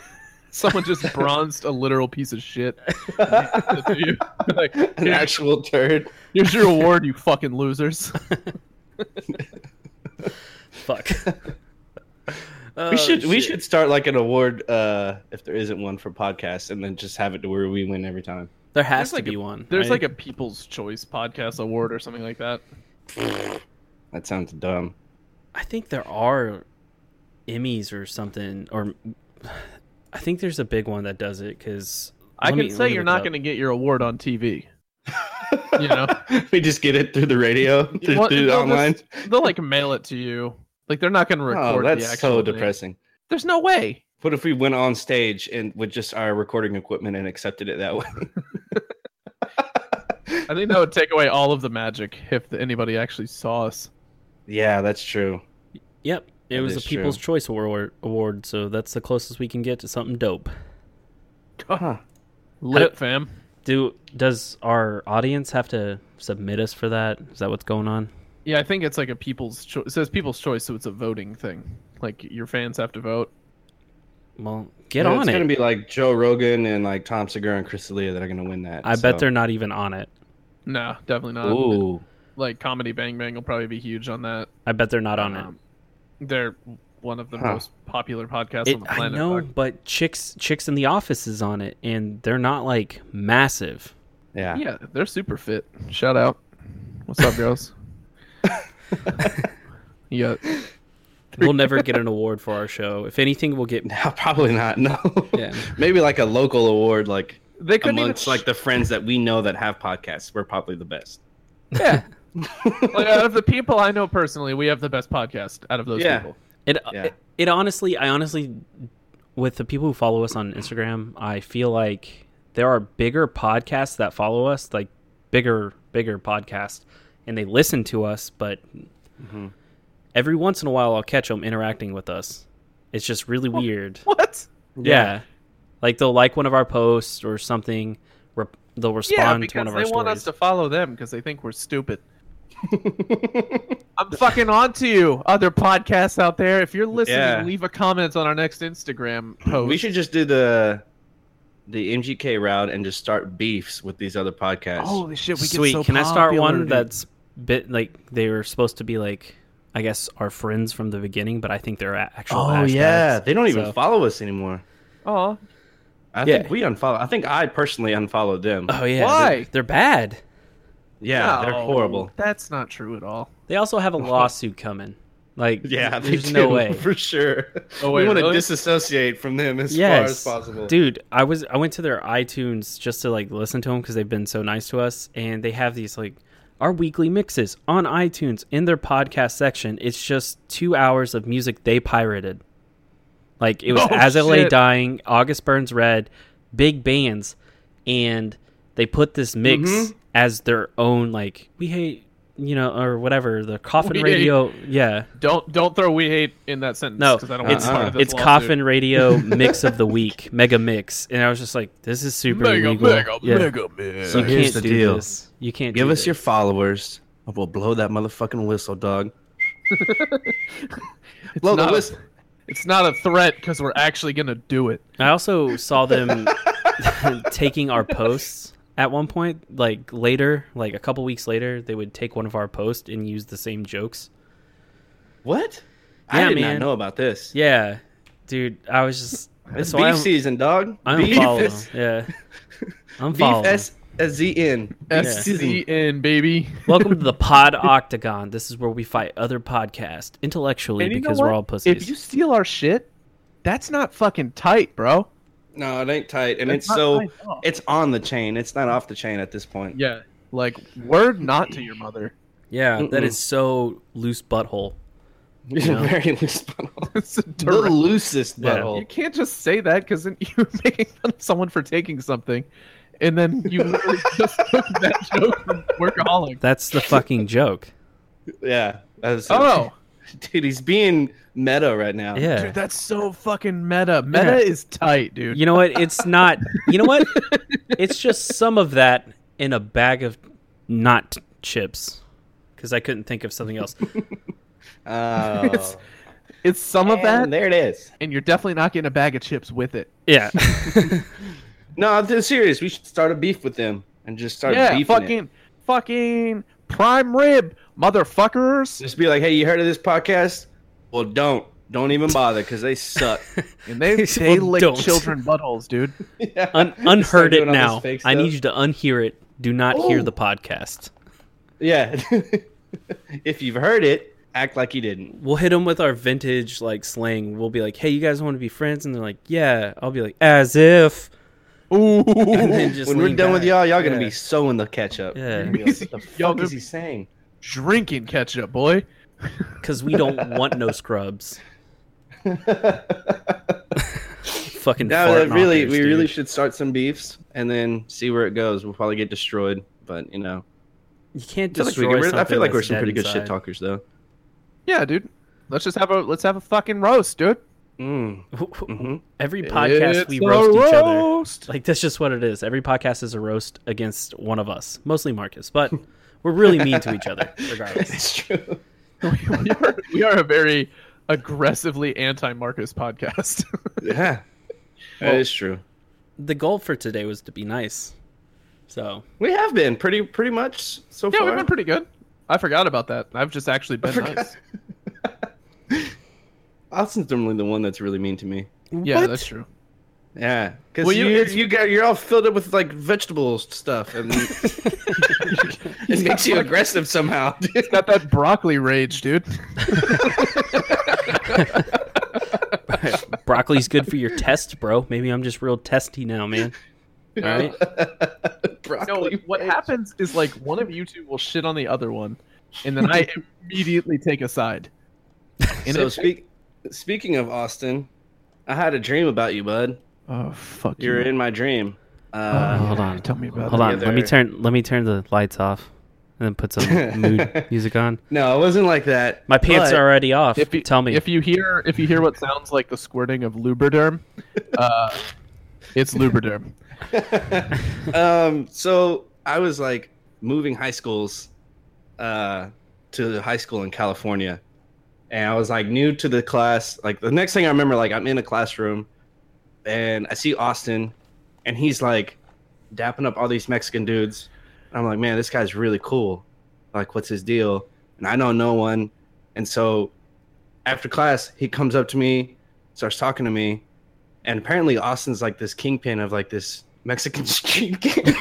Speaker 1: Someone just bronzed a literal piece of shit. like,
Speaker 2: An
Speaker 1: "Here-
Speaker 2: actual turd.
Speaker 1: here's your award, you fucking losers.
Speaker 5: Fuck. Oh,
Speaker 2: we should we should start like an award uh if there isn't one for podcasts and then just have it to where we win every time
Speaker 5: There has
Speaker 1: There's
Speaker 5: to
Speaker 1: like
Speaker 5: be
Speaker 1: a-
Speaker 5: one.
Speaker 1: There's
Speaker 5: right?
Speaker 1: like a People's Choice Podcast Award or something like that.
Speaker 2: that sounds dumb
Speaker 5: I think there are Emmys or something, or I think there's a big one that does it because
Speaker 1: I can say you're not going to get your award on TV. you know,
Speaker 2: we just get it through the radio through,
Speaker 1: Well,
Speaker 2: through
Speaker 1: they'll
Speaker 2: online
Speaker 1: just- they'll like mail it to you. Like they're not going to record.
Speaker 2: oh
Speaker 1: the
Speaker 2: that's
Speaker 1: actual
Speaker 2: so
Speaker 1: thing.
Speaker 2: depressing
Speaker 1: There's no way.
Speaker 2: what if we went on stage and with just our recording equipment and accepted it that way
Speaker 1: I think that would take away all of the magic if anybody actually saw us.
Speaker 2: yeah that's true
Speaker 5: Yep, it
Speaker 2: That
Speaker 5: was
Speaker 2: is
Speaker 5: a People's
Speaker 2: true.
Speaker 5: Choice Award, award, so that's the closest we can get to something dope.
Speaker 2: huh.
Speaker 1: Lit fam.
Speaker 5: Do does our audience have to submit us for that? Is that what's going on?
Speaker 1: Yeah, I think it's like a people's choice. It says people's choice, so it's a voting thing. Like your fans have to vote.
Speaker 5: Well, get
Speaker 2: Yeah,
Speaker 5: on
Speaker 2: it's
Speaker 5: it.
Speaker 2: gonna be like joe rogan and like tom segura and chris D'Elia that are gonna win that
Speaker 5: I
Speaker 2: so- um,
Speaker 5: bet they're not even on it.
Speaker 1: No, definitely not.
Speaker 2: Ooh,
Speaker 1: Like comedy Bang Bang will probably be huge on that.
Speaker 5: I bet they're not on it.
Speaker 1: Um, They're one of the
Speaker 2: Huh.
Speaker 1: most popular podcasts
Speaker 5: It-
Speaker 1: on the
Speaker 5: I
Speaker 1: planet.
Speaker 5: know,
Speaker 1: dog.
Speaker 5: but chicks, chicks in the office is on it, and they're not like massive.
Speaker 2: yeah.
Speaker 1: Yeah, they're super fit. Shout out. What's up, girls? yeah.
Speaker 5: We'll never get an award for our show. If anything, we'll get
Speaker 2: No, probably not. No.
Speaker 5: Yeah.
Speaker 2: Maybe like a local award, like
Speaker 1: They couldn't
Speaker 2: amongst
Speaker 1: even
Speaker 2: like the friends that we know that have podcasts. We're probably the best.
Speaker 1: Yeah. like out of the people I know personally, we have the best podcast out of those
Speaker 2: Yeah.
Speaker 1: people.
Speaker 5: It,
Speaker 2: Yeah.
Speaker 5: it it honestly, I honestly, with the people who follow us on Instagram, I feel like there are bigger podcasts that follow us, like bigger bigger podcasts, and they listen to us. But every once in a while, I'll catch them interacting with us. It's just really weird.
Speaker 1: What?
Speaker 5: Yeah. like they'll like one of our posts or something. Re- they'll
Speaker 1: Yeah,
Speaker 5: respond to
Speaker 1: because
Speaker 5: one
Speaker 1: they
Speaker 5: of our
Speaker 1: want us
Speaker 5: stories.
Speaker 1: to follow them because they think we're stupid. I'm fucking on to you, other podcasts out there. If you're listening,
Speaker 2: Yeah.
Speaker 1: leave a comment on our next Instagram post.
Speaker 2: We should just do the the MGK route and just start beefs with these other podcasts.
Speaker 5: Oh,
Speaker 1: Holy shit, we
Speaker 5: Sweet.
Speaker 1: get so
Speaker 5: Can I start
Speaker 1: popular,
Speaker 5: one
Speaker 1: dude.
Speaker 5: that's bit like they were supposed to be like, I guess our friends from the beginning, but I think they're a- actual.
Speaker 2: oh
Speaker 5: hashtags.
Speaker 2: yeah, they don't even
Speaker 5: So-
Speaker 2: follow us anymore.
Speaker 1: Oh,
Speaker 2: I
Speaker 5: Yeah.
Speaker 2: think we unfollow. I think I personally unfollowed them.
Speaker 5: Oh yeah. Oh.
Speaker 1: Why?
Speaker 5: They're, they're bad.
Speaker 2: yeah, they're
Speaker 1: no,
Speaker 2: horrible.
Speaker 1: That's not true at all.
Speaker 5: They also have a lawsuit coming. Like
Speaker 2: Yeah, they
Speaker 5: there's no
Speaker 2: do,
Speaker 5: way.
Speaker 2: for sure.
Speaker 1: Oh,
Speaker 2: we
Speaker 1: wait,
Speaker 2: want to
Speaker 1: really?
Speaker 2: disassociate from them as far as
Speaker 5: Yes,
Speaker 2: possible.
Speaker 5: dude. I was I went to their iTunes just to like listen to them because they've been so nice to us, and they have these like our weekly mixes on iTunes in their podcast section. It's just two hours of music they pirated. Like it was
Speaker 1: Oh,
Speaker 5: As I Lay
Speaker 1: shit.
Speaker 5: Dying, August Burns Red, big bands, and they put this mix as their own. Like we hate you know or whatever the coffin
Speaker 1: We hate-
Speaker 5: radio. Yeah,
Speaker 1: Don't don't throw we hate in that sentence.
Speaker 5: no,
Speaker 1: 'cause I don't
Speaker 5: it's
Speaker 1: want part of this
Speaker 5: it's
Speaker 1: lawsuit.
Speaker 5: coffin radio mix of the week, mega mix, and I was just like, this is super
Speaker 1: Mega,
Speaker 5: illegal.
Speaker 1: mega,
Speaker 5: yeah.
Speaker 1: mega, mega.
Speaker 2: So
Speaker 5: You
Speaker 2: here's
Speaker 5: can't
Speaker 2: the
Speaker 5: do
Speaker 2: deal.
Speaker 5: this. You can't
Speaker 2: Give
Speaker 5: do
Speaker 2: us your
Speaker 5: this.
Speaker 2: followers, or we'll blow that motherfucking whistle, dog. blow the
Speaker 1: not a-
Speaker 2: whistle.
Speaker 1: It's not a threat because we're actually gonna do it.
Speaker 5: I also saw them taking our posts at one point. Like later, like a couple weeks later, they would take one of our posts and use the same jokes.
Speaker 2: What? I
Speaker 5: Yeah,
Speaker 2: did
Speaker 5: man.
Speaker 2: not know about this.
Speaker 5: Yeah, dude, I was just
Speaker 2: It's
Speaker 5: So
Speaker 2: beef
Speaker 5: I'm-
Speaker 2: season, dog.
Speaker 5: I'm
Speaker 2: beef
Speaker 5: following.
Speaker 2: is-
Speaker 5: Yeah, I'm
Speaker 2: beef
Speaker 5: following.
Speaker 2: S S Z N. Beef
Speaker 5: Yeah.
Speaker 2: season.
Speaker 1: SCN, baby.
Speaker 5: Welcome to the Pod Octagon. This is where we fight other podcasts intellectually
Speaker 1: And you know
Speaker 5: because
Speaker 1: what?
Speaker 5: we're all pussies.
Speaker 1: If you steal our shit, that's not fucking tight, bro.
Speaker 2: No, it ain't tight, and
Speaker 1: That's
Speaker 2: it's
Speaker 1: not
Speaker 2: so
Speaker 1: tight at all.
Speaker 2: it's on the chain. It's not off the chain at this point.
Speaker 1: yeah, like word not to your mother.
Speaker 5: yeah, that
Speaker 2: Mm-mm.
Speaker 5: is so loose butthole.
Speaker 2: It's a very loose butthole.
Speaker 1: It's a
Speaker 2: The
Speaker 1: direct-
Speaker 2: loosest
Speaker 5: Yeah.
Speaker 1: You
Speaker 2: butthole.
Speaker 1: can't just say that because then you're making fun of someone for taking something, and then you literally just took that joke from workaholic.
Speaker 5: That's the fucking joke.
Speaker 2: Yeah. That's
Speaker 1: Oh,
Speaker 2: dude, he's being meta right now.
Speaker 5: Yeah.
Speaker 1: dude, that's so fucking meta. Meta
Speaker 5: Yeah.
Speaker 1: is tight, dude.
Speaker 5: You know what? It's not. You know what? It's just some of that in a bag of not chips because I couldn't think of something else.
Speaker 2: Oh.
Speaker 1: It's- It's some of that,
Speaker 2: And there it is.
Speaker 1: and you're definitely not getting a bag of chips with it.
Speaker 5: Yeah.
Speaker 2: No, I'm just serious. We should start a beef with them and just start
Speaker 1: yeah,
Speaker 2: beefing
Speaker 1: fucking,
Speaker 2: it.
Speaker 1: fucking prime rib, motherfuckers.
Speaker 2: Just be like, hey, you heard of this podcast? Well, don't. Don't even bother because they suck.
Speaker 1: And they they
Speaker 5: Well,
Speaker 1: lick
Speaker 5: don't.
Speaker 1: children buttholes, dude.
Speaker 2: yeah.
Speaker 5: Un-
Speaker 2: Start
Speaker 5: unheard it
Speaker 2: doing all this
Speaker 5: now.
Speaker 2: fake
Speaker 5: I need
Speaker 2: stuff.
Speaker 5: you to unhear it. Do not hear
Speaker 2: Oh.
Speaker 5: the podcast.
Speaker 2: Yeah. if you've heard it, act like you didn't.
Speaker 5: We'll hit them with our vintage like slang. We'll be like, "Hey, you guys want to be friends?" And they're like, "Yeah." I'll be like, "As if."
Speaker 1: Ooh,
Speaker 5: And then just
Speaker 2: when we're
Speaker 5: lean
Speaker 2: done with
Speaker 5: back.
Speaker 2: y'all, y'all gonna
Speaker 5: Yeah.
Speaker 2: be so in the ketchup.
Speaker 5: Yeah.
Speaker 2: You're gonna be Like, what the
Speaker 1: Y'all
Speaker 2: fuck
Speaker 1: gonna-
Speaker 2: is he saying?
Speaker 1: drinking ketchup, boy.
Speaker 5: because we don't want no scrubs. Fucking
Speaker 2: No, that
Speaker 5: fart
Speaker 2: really,
Speaker 5: knockers,
Speaker 2: we
Speaker 5: dude.
Speaker 2: really should start some beefs and then see where it goes. We'll probably get destroyed, but you know,
Speaker 5: You can't
Speaker 2: I feel like,
Speaker 5: destroy.
Speaker 2: we get rid- I feel like we're
Speaker 5: something
Speaker 2: some pretty
Speaker 5: that's
Speaker 2: good shit
Speaker 5: dead
Speaker 2: talkers, though.
Speaker 1: Yeah, dude. Let's just have a let's have a fucking roast, dude.
Speaker 2: Mm.
Speaker 5: inside.
Speaker 2: hmm
Speaker 5: Every podcast we
Speaker 1: It's a
Speaker 5: roast each other.
Speaker 1: roast.
Speaker 5: Like that's just what it is. Every podcast is a roast against one of us, mostly Marcus, but we're really mean to each other, regardless.
Speaker 2: It's true.
Speaker 1: we, are, we are a very aggressively anti-Marcus podcast.
Speaker 2: Yeah, that is true.
Speaker 5: The goal for today was to be nice, so
Speaker 2: We have been pretty, pretty much so
Speaker 1: yeah,
Speaker 2: far.
Speaker 1: we've been pretty good. I forgot about that. I've just actually been
Speaker 2: forgot.
Speaker 1: nice.
Speaker 2: Austin's normally the one that's really mean to me.
Speaker 1: Yeah,
Speaker 5: What?
Speaker 1: that's true.
Speaker 2: Yeah, because
Speaker 1: Well, you-
Speaker 2: you you,
Speaker 1: it's-
Speaker 2: got you're all filled up with like vegetable stuff, and it makes you aggressive somehow. dude.
Speaker 1: Got that broccoli rage, dude.
Speaker 5: broccoli's good for your test, bro. Maybe I'm just real testy now, man. All right,
Speaker 1: No,
Speaker 2: Broccoli.
Speaker 1: what happens is like one of you two will shit on the other one, and then I immediately take a side. And
Speaker 2: so
Speaker 1: it-
Speaker 2: speak, speaking of Austin, I had a dream about you, bud.
Speaker 1: oh fuck,
Speaker 2: You were
Speaker 1: you.
Speaker 2: in my dream.
Speaker 1: Oh,
Speaker 2: Uh,
Speaker 5: Hold
Speaker 1: yeah,
Speaker 5: on.
Speaker 1: Tell me about
Speaker 5: hold
Speaker 1: it.
Speaker 5: on. Let me
Speaker 2: Together.
Speaker 5: turn. Let me turn the lights off, and then put some mood music on.
Speaker 2: no, it wasn't like that.
Speaker 5: My pants
Speaker 2: but-
Speaker 5: are already off.
Speaker 1: If you,
Speaker 5: Tell me.
Speaker 1: if you hear if you hear what sounds like the squirting of Lubriderm, uh, it's Lubriderm.
Speaker 2: um, so I was like moving high schools uh, to high school in California, and I was like new to the class. Like the next thing I remember, like I'm in a classroom, and I see Austin, and he's like dapping up all these Mexican dudes. And I'm like, man, this guy's really cool. Like, what's his deal? And I know no one, and so after class, he comes up to me, starts talking to me, and apparently Austin's like this kingpin of like this Mexican street gang.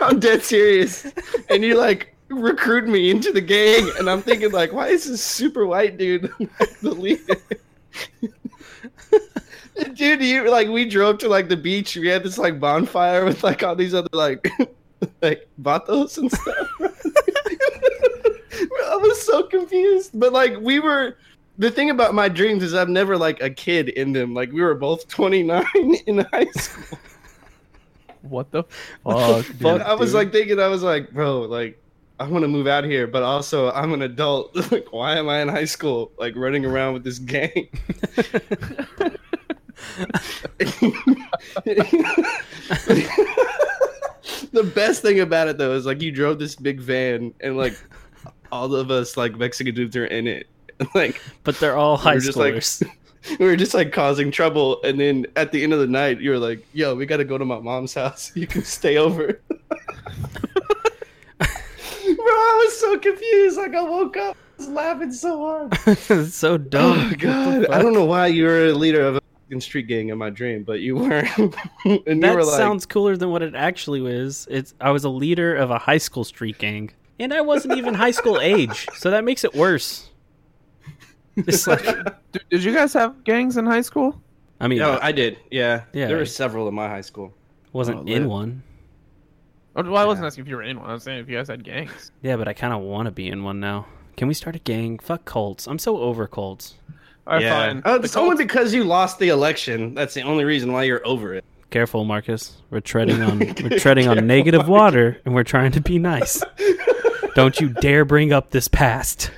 Speaker 2: I'm dead serious, and you like recruit me into the gang, and I'm thinking like, why is this super white dude the leader? Dude, you like we drove to like the beach. We had this like bonfire with like all these other like like vatos and stuff. I was so confused, but like we were the thing about my dreams is I'm never like a kid in them. Like we were both 29 in high school.
Speaker 1: What the fuck? dude?
Speaker 2: But I was like thinking, I was like, bro, like I want to move out here, but also I'm an adult. like, why am I in high school, like running around with this gang? the best thing about it though is like you drove this big van and like all of us like Mexican dudes are in it. Like
Speaker 5: but they're all high
Speaker 2: were just like-
Speaker 5: schoolers.
Speaker 2: we were just like causing trouble and then at the end of the night you were like yo we gotta go to my mom's house you can stay over bro i was so confused like i woke up was laughing so hard.
Speaker 5: it's so
Speaker 2: Oh
Speaker 5: dumb.
Speaker 2: god, I don't know why you were a leader of a fucking street gang in my dream, but you were. and you
Speaker 5: That
Speaker 2: were like,
Speaker 5: sounds cooler than what it actually is. It's I was a leader of a high school street gang, and I wasn't even high school age, so that makes it worse. It's like,
Speaker 1: Did, did you guys have gangs in high school?
Speaker 5: I mean,
Speaker 2: No,
Speaker 5: I
Speaker 2: I did. Yeah,
Speaker 5: Yeah.
Speaker 2: There were several in my high school.
Speaker 5: wasn't
Speaker 1: Oh,
Speaker 5: in
Speaker 1: lit.
Speaker 5: one.
Speaker 1: Oh, well, I wasn't
Speaker 2: Yeah.
Speaker 1: asking if you were in one. I was saying if you guys had gangs.
Speaker 5: Yeah, but I kind of want to be in one now. Can we start a gang? Fuck cults. I'm so over cults.
Speaker 1: All right,
Speaker 2: yeah.
Speaker 1: fine.
Speaker 2: Oh,
Speaker 1: The
Speaker 2: it's only
Speaker 1: Colts-
Speaker 2: because you lost the election. That's the only reason why you're over it.
Speaker 5: Careful, Marcus. We're treading on we're treading on negative water, and we're trying to be nice. Don't you dare bring up this past.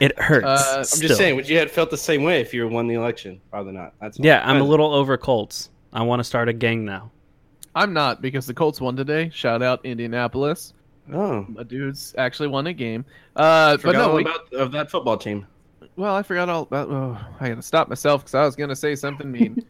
Speaker 5: It hurts.
Speaker 1: Uh, I'm
Speaker 2: I'm
Speaker 5: still.
Speaker 2: just saying, would you have felt the same way if you won the election? Probably not. That's all.
Speaker 5: Yeah, I'm a
Speaker 2: But-
Speaker 5: little over Colts. I want to start a gang now.
Speaker 1: I'm not because the Colts won today. Shout out Indianapolis.
Speaker 2: Oh,
Speaker 1: My dudes actually won a game. Uh, but
Speaker 2: forgot
Speaker 1: no,
Speaker 2: all
Speaker 1: we,
Speaker 2: about of that football team.
Speaker 1: well, I forgot all about. Oh, I gotta stop myself because I was gonna say something mean.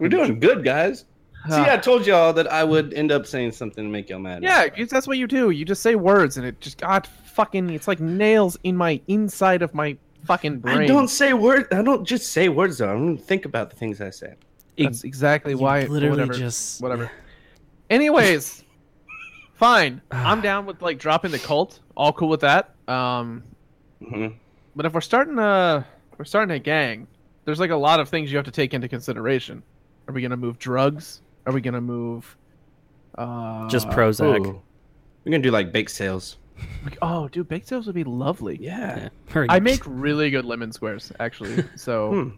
Speaker 2: We're doing good, guys. See,
Speaker 1: Ah.
Speaker 2: I told y'all that I would end up saying something to make y'all mad.
Speaker 1: Yeah, 'cause that's what you do. You just say words, and it just God fucking. It's like nails in my inside of my fucking brain.
Speaker 2: I don't say words. I don't just say words though. I don't think about the things I say.
Speaker 1: That's exactly why.
Speaker 5: literally
Speaker 1: whatever,
Speaker 5: just-
Speaker 1: whatever. Anyways, fine.
Speaker 5: Ah.
Speaker 1: I'm down with like dropping the cult. All cool with that. Um,
Speaker 2: Mhm.
Speaker 1: but if we're starting a we're starting a gang, there's like a lot of things you have to take into consideration. Are we gonna move drugs? Are we gonna move? Uh,
Speaker 5: Just Prozac.
Speaker 2: Ooh. We're gonna do like bake sales.
Speaker 1: Oh, dude, baked sales would be lovely.
Speaker 2: Yeah.
Speaker 5: Yeah. We're a-
Speaker 1: I make really good lemon squares, actually. So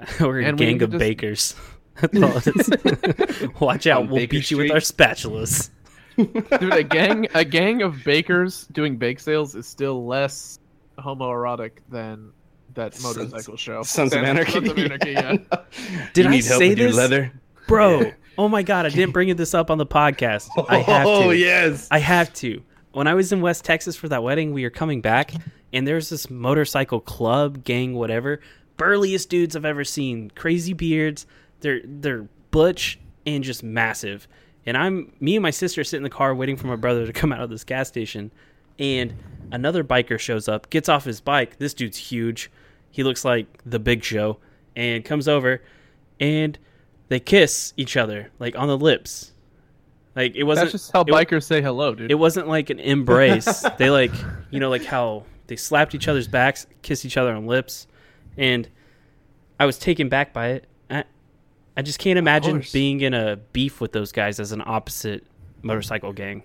Speaker 2: Hmm.
Speaker 5: we're a
Speaker 1: and we
Speaker 5: gang
Speaker 1: can
Speaker 5: of
Speaker 1: just-
Speaker 5: bakers. That's all it is. Watch out,
Speaker 2: On
Speaker 5: we'll
Speaker 2: Baker
Speaker 5: beat you with our spatulas.
Speaker 1: dude, a gang a gang of bakers doing bake sales is still less homoerotic than that
Speaker 2: Sons-
Speaker 1: motorcycle show.
Speaker 2: Sons of Anarchy.
Speaker 1: Sons of Anarchy, yeah.
Speaker 5: Did
Speaker 2: You
Speaker 5: I
Speaker 2: need help
Speaker 5: say
Speaker 2: with your
Speaker 5: this?
Speaker 2: leather?
Speaker 5: Bro, oh my god, I didn't bring this up on the podcast. I have to.
Speaker 2: Oh yes.
Speaker 5: I have to. When I was in West Texas for that wedding, we were coming back, and there's this motorcycle club, gang, whatever. Burliest dudes I've ever seen. Crazy beards. They're they're butch and just massive. And I'm me and my sister sit in the car waiting for my brother to come out of this gas station, and another biker shows up, gets off his bike. This dude's huge. He looks like the Big Show, and comes over, and they kiss each other like on the lips. Like it wasn't.
Speaker 1: That's just how
Speaker 5: it-
Speaker 1: bikers say hello, dude.
Speaker 5: it wasn't like an embrace. they like, you know, like how they slapped each other's backs, kissed each other on lips, and I was taken back by it. I, I just can't imagine
Speaker 1: course.
Speaker 5: being in a beef with those guys as an opposite motorcycle gang.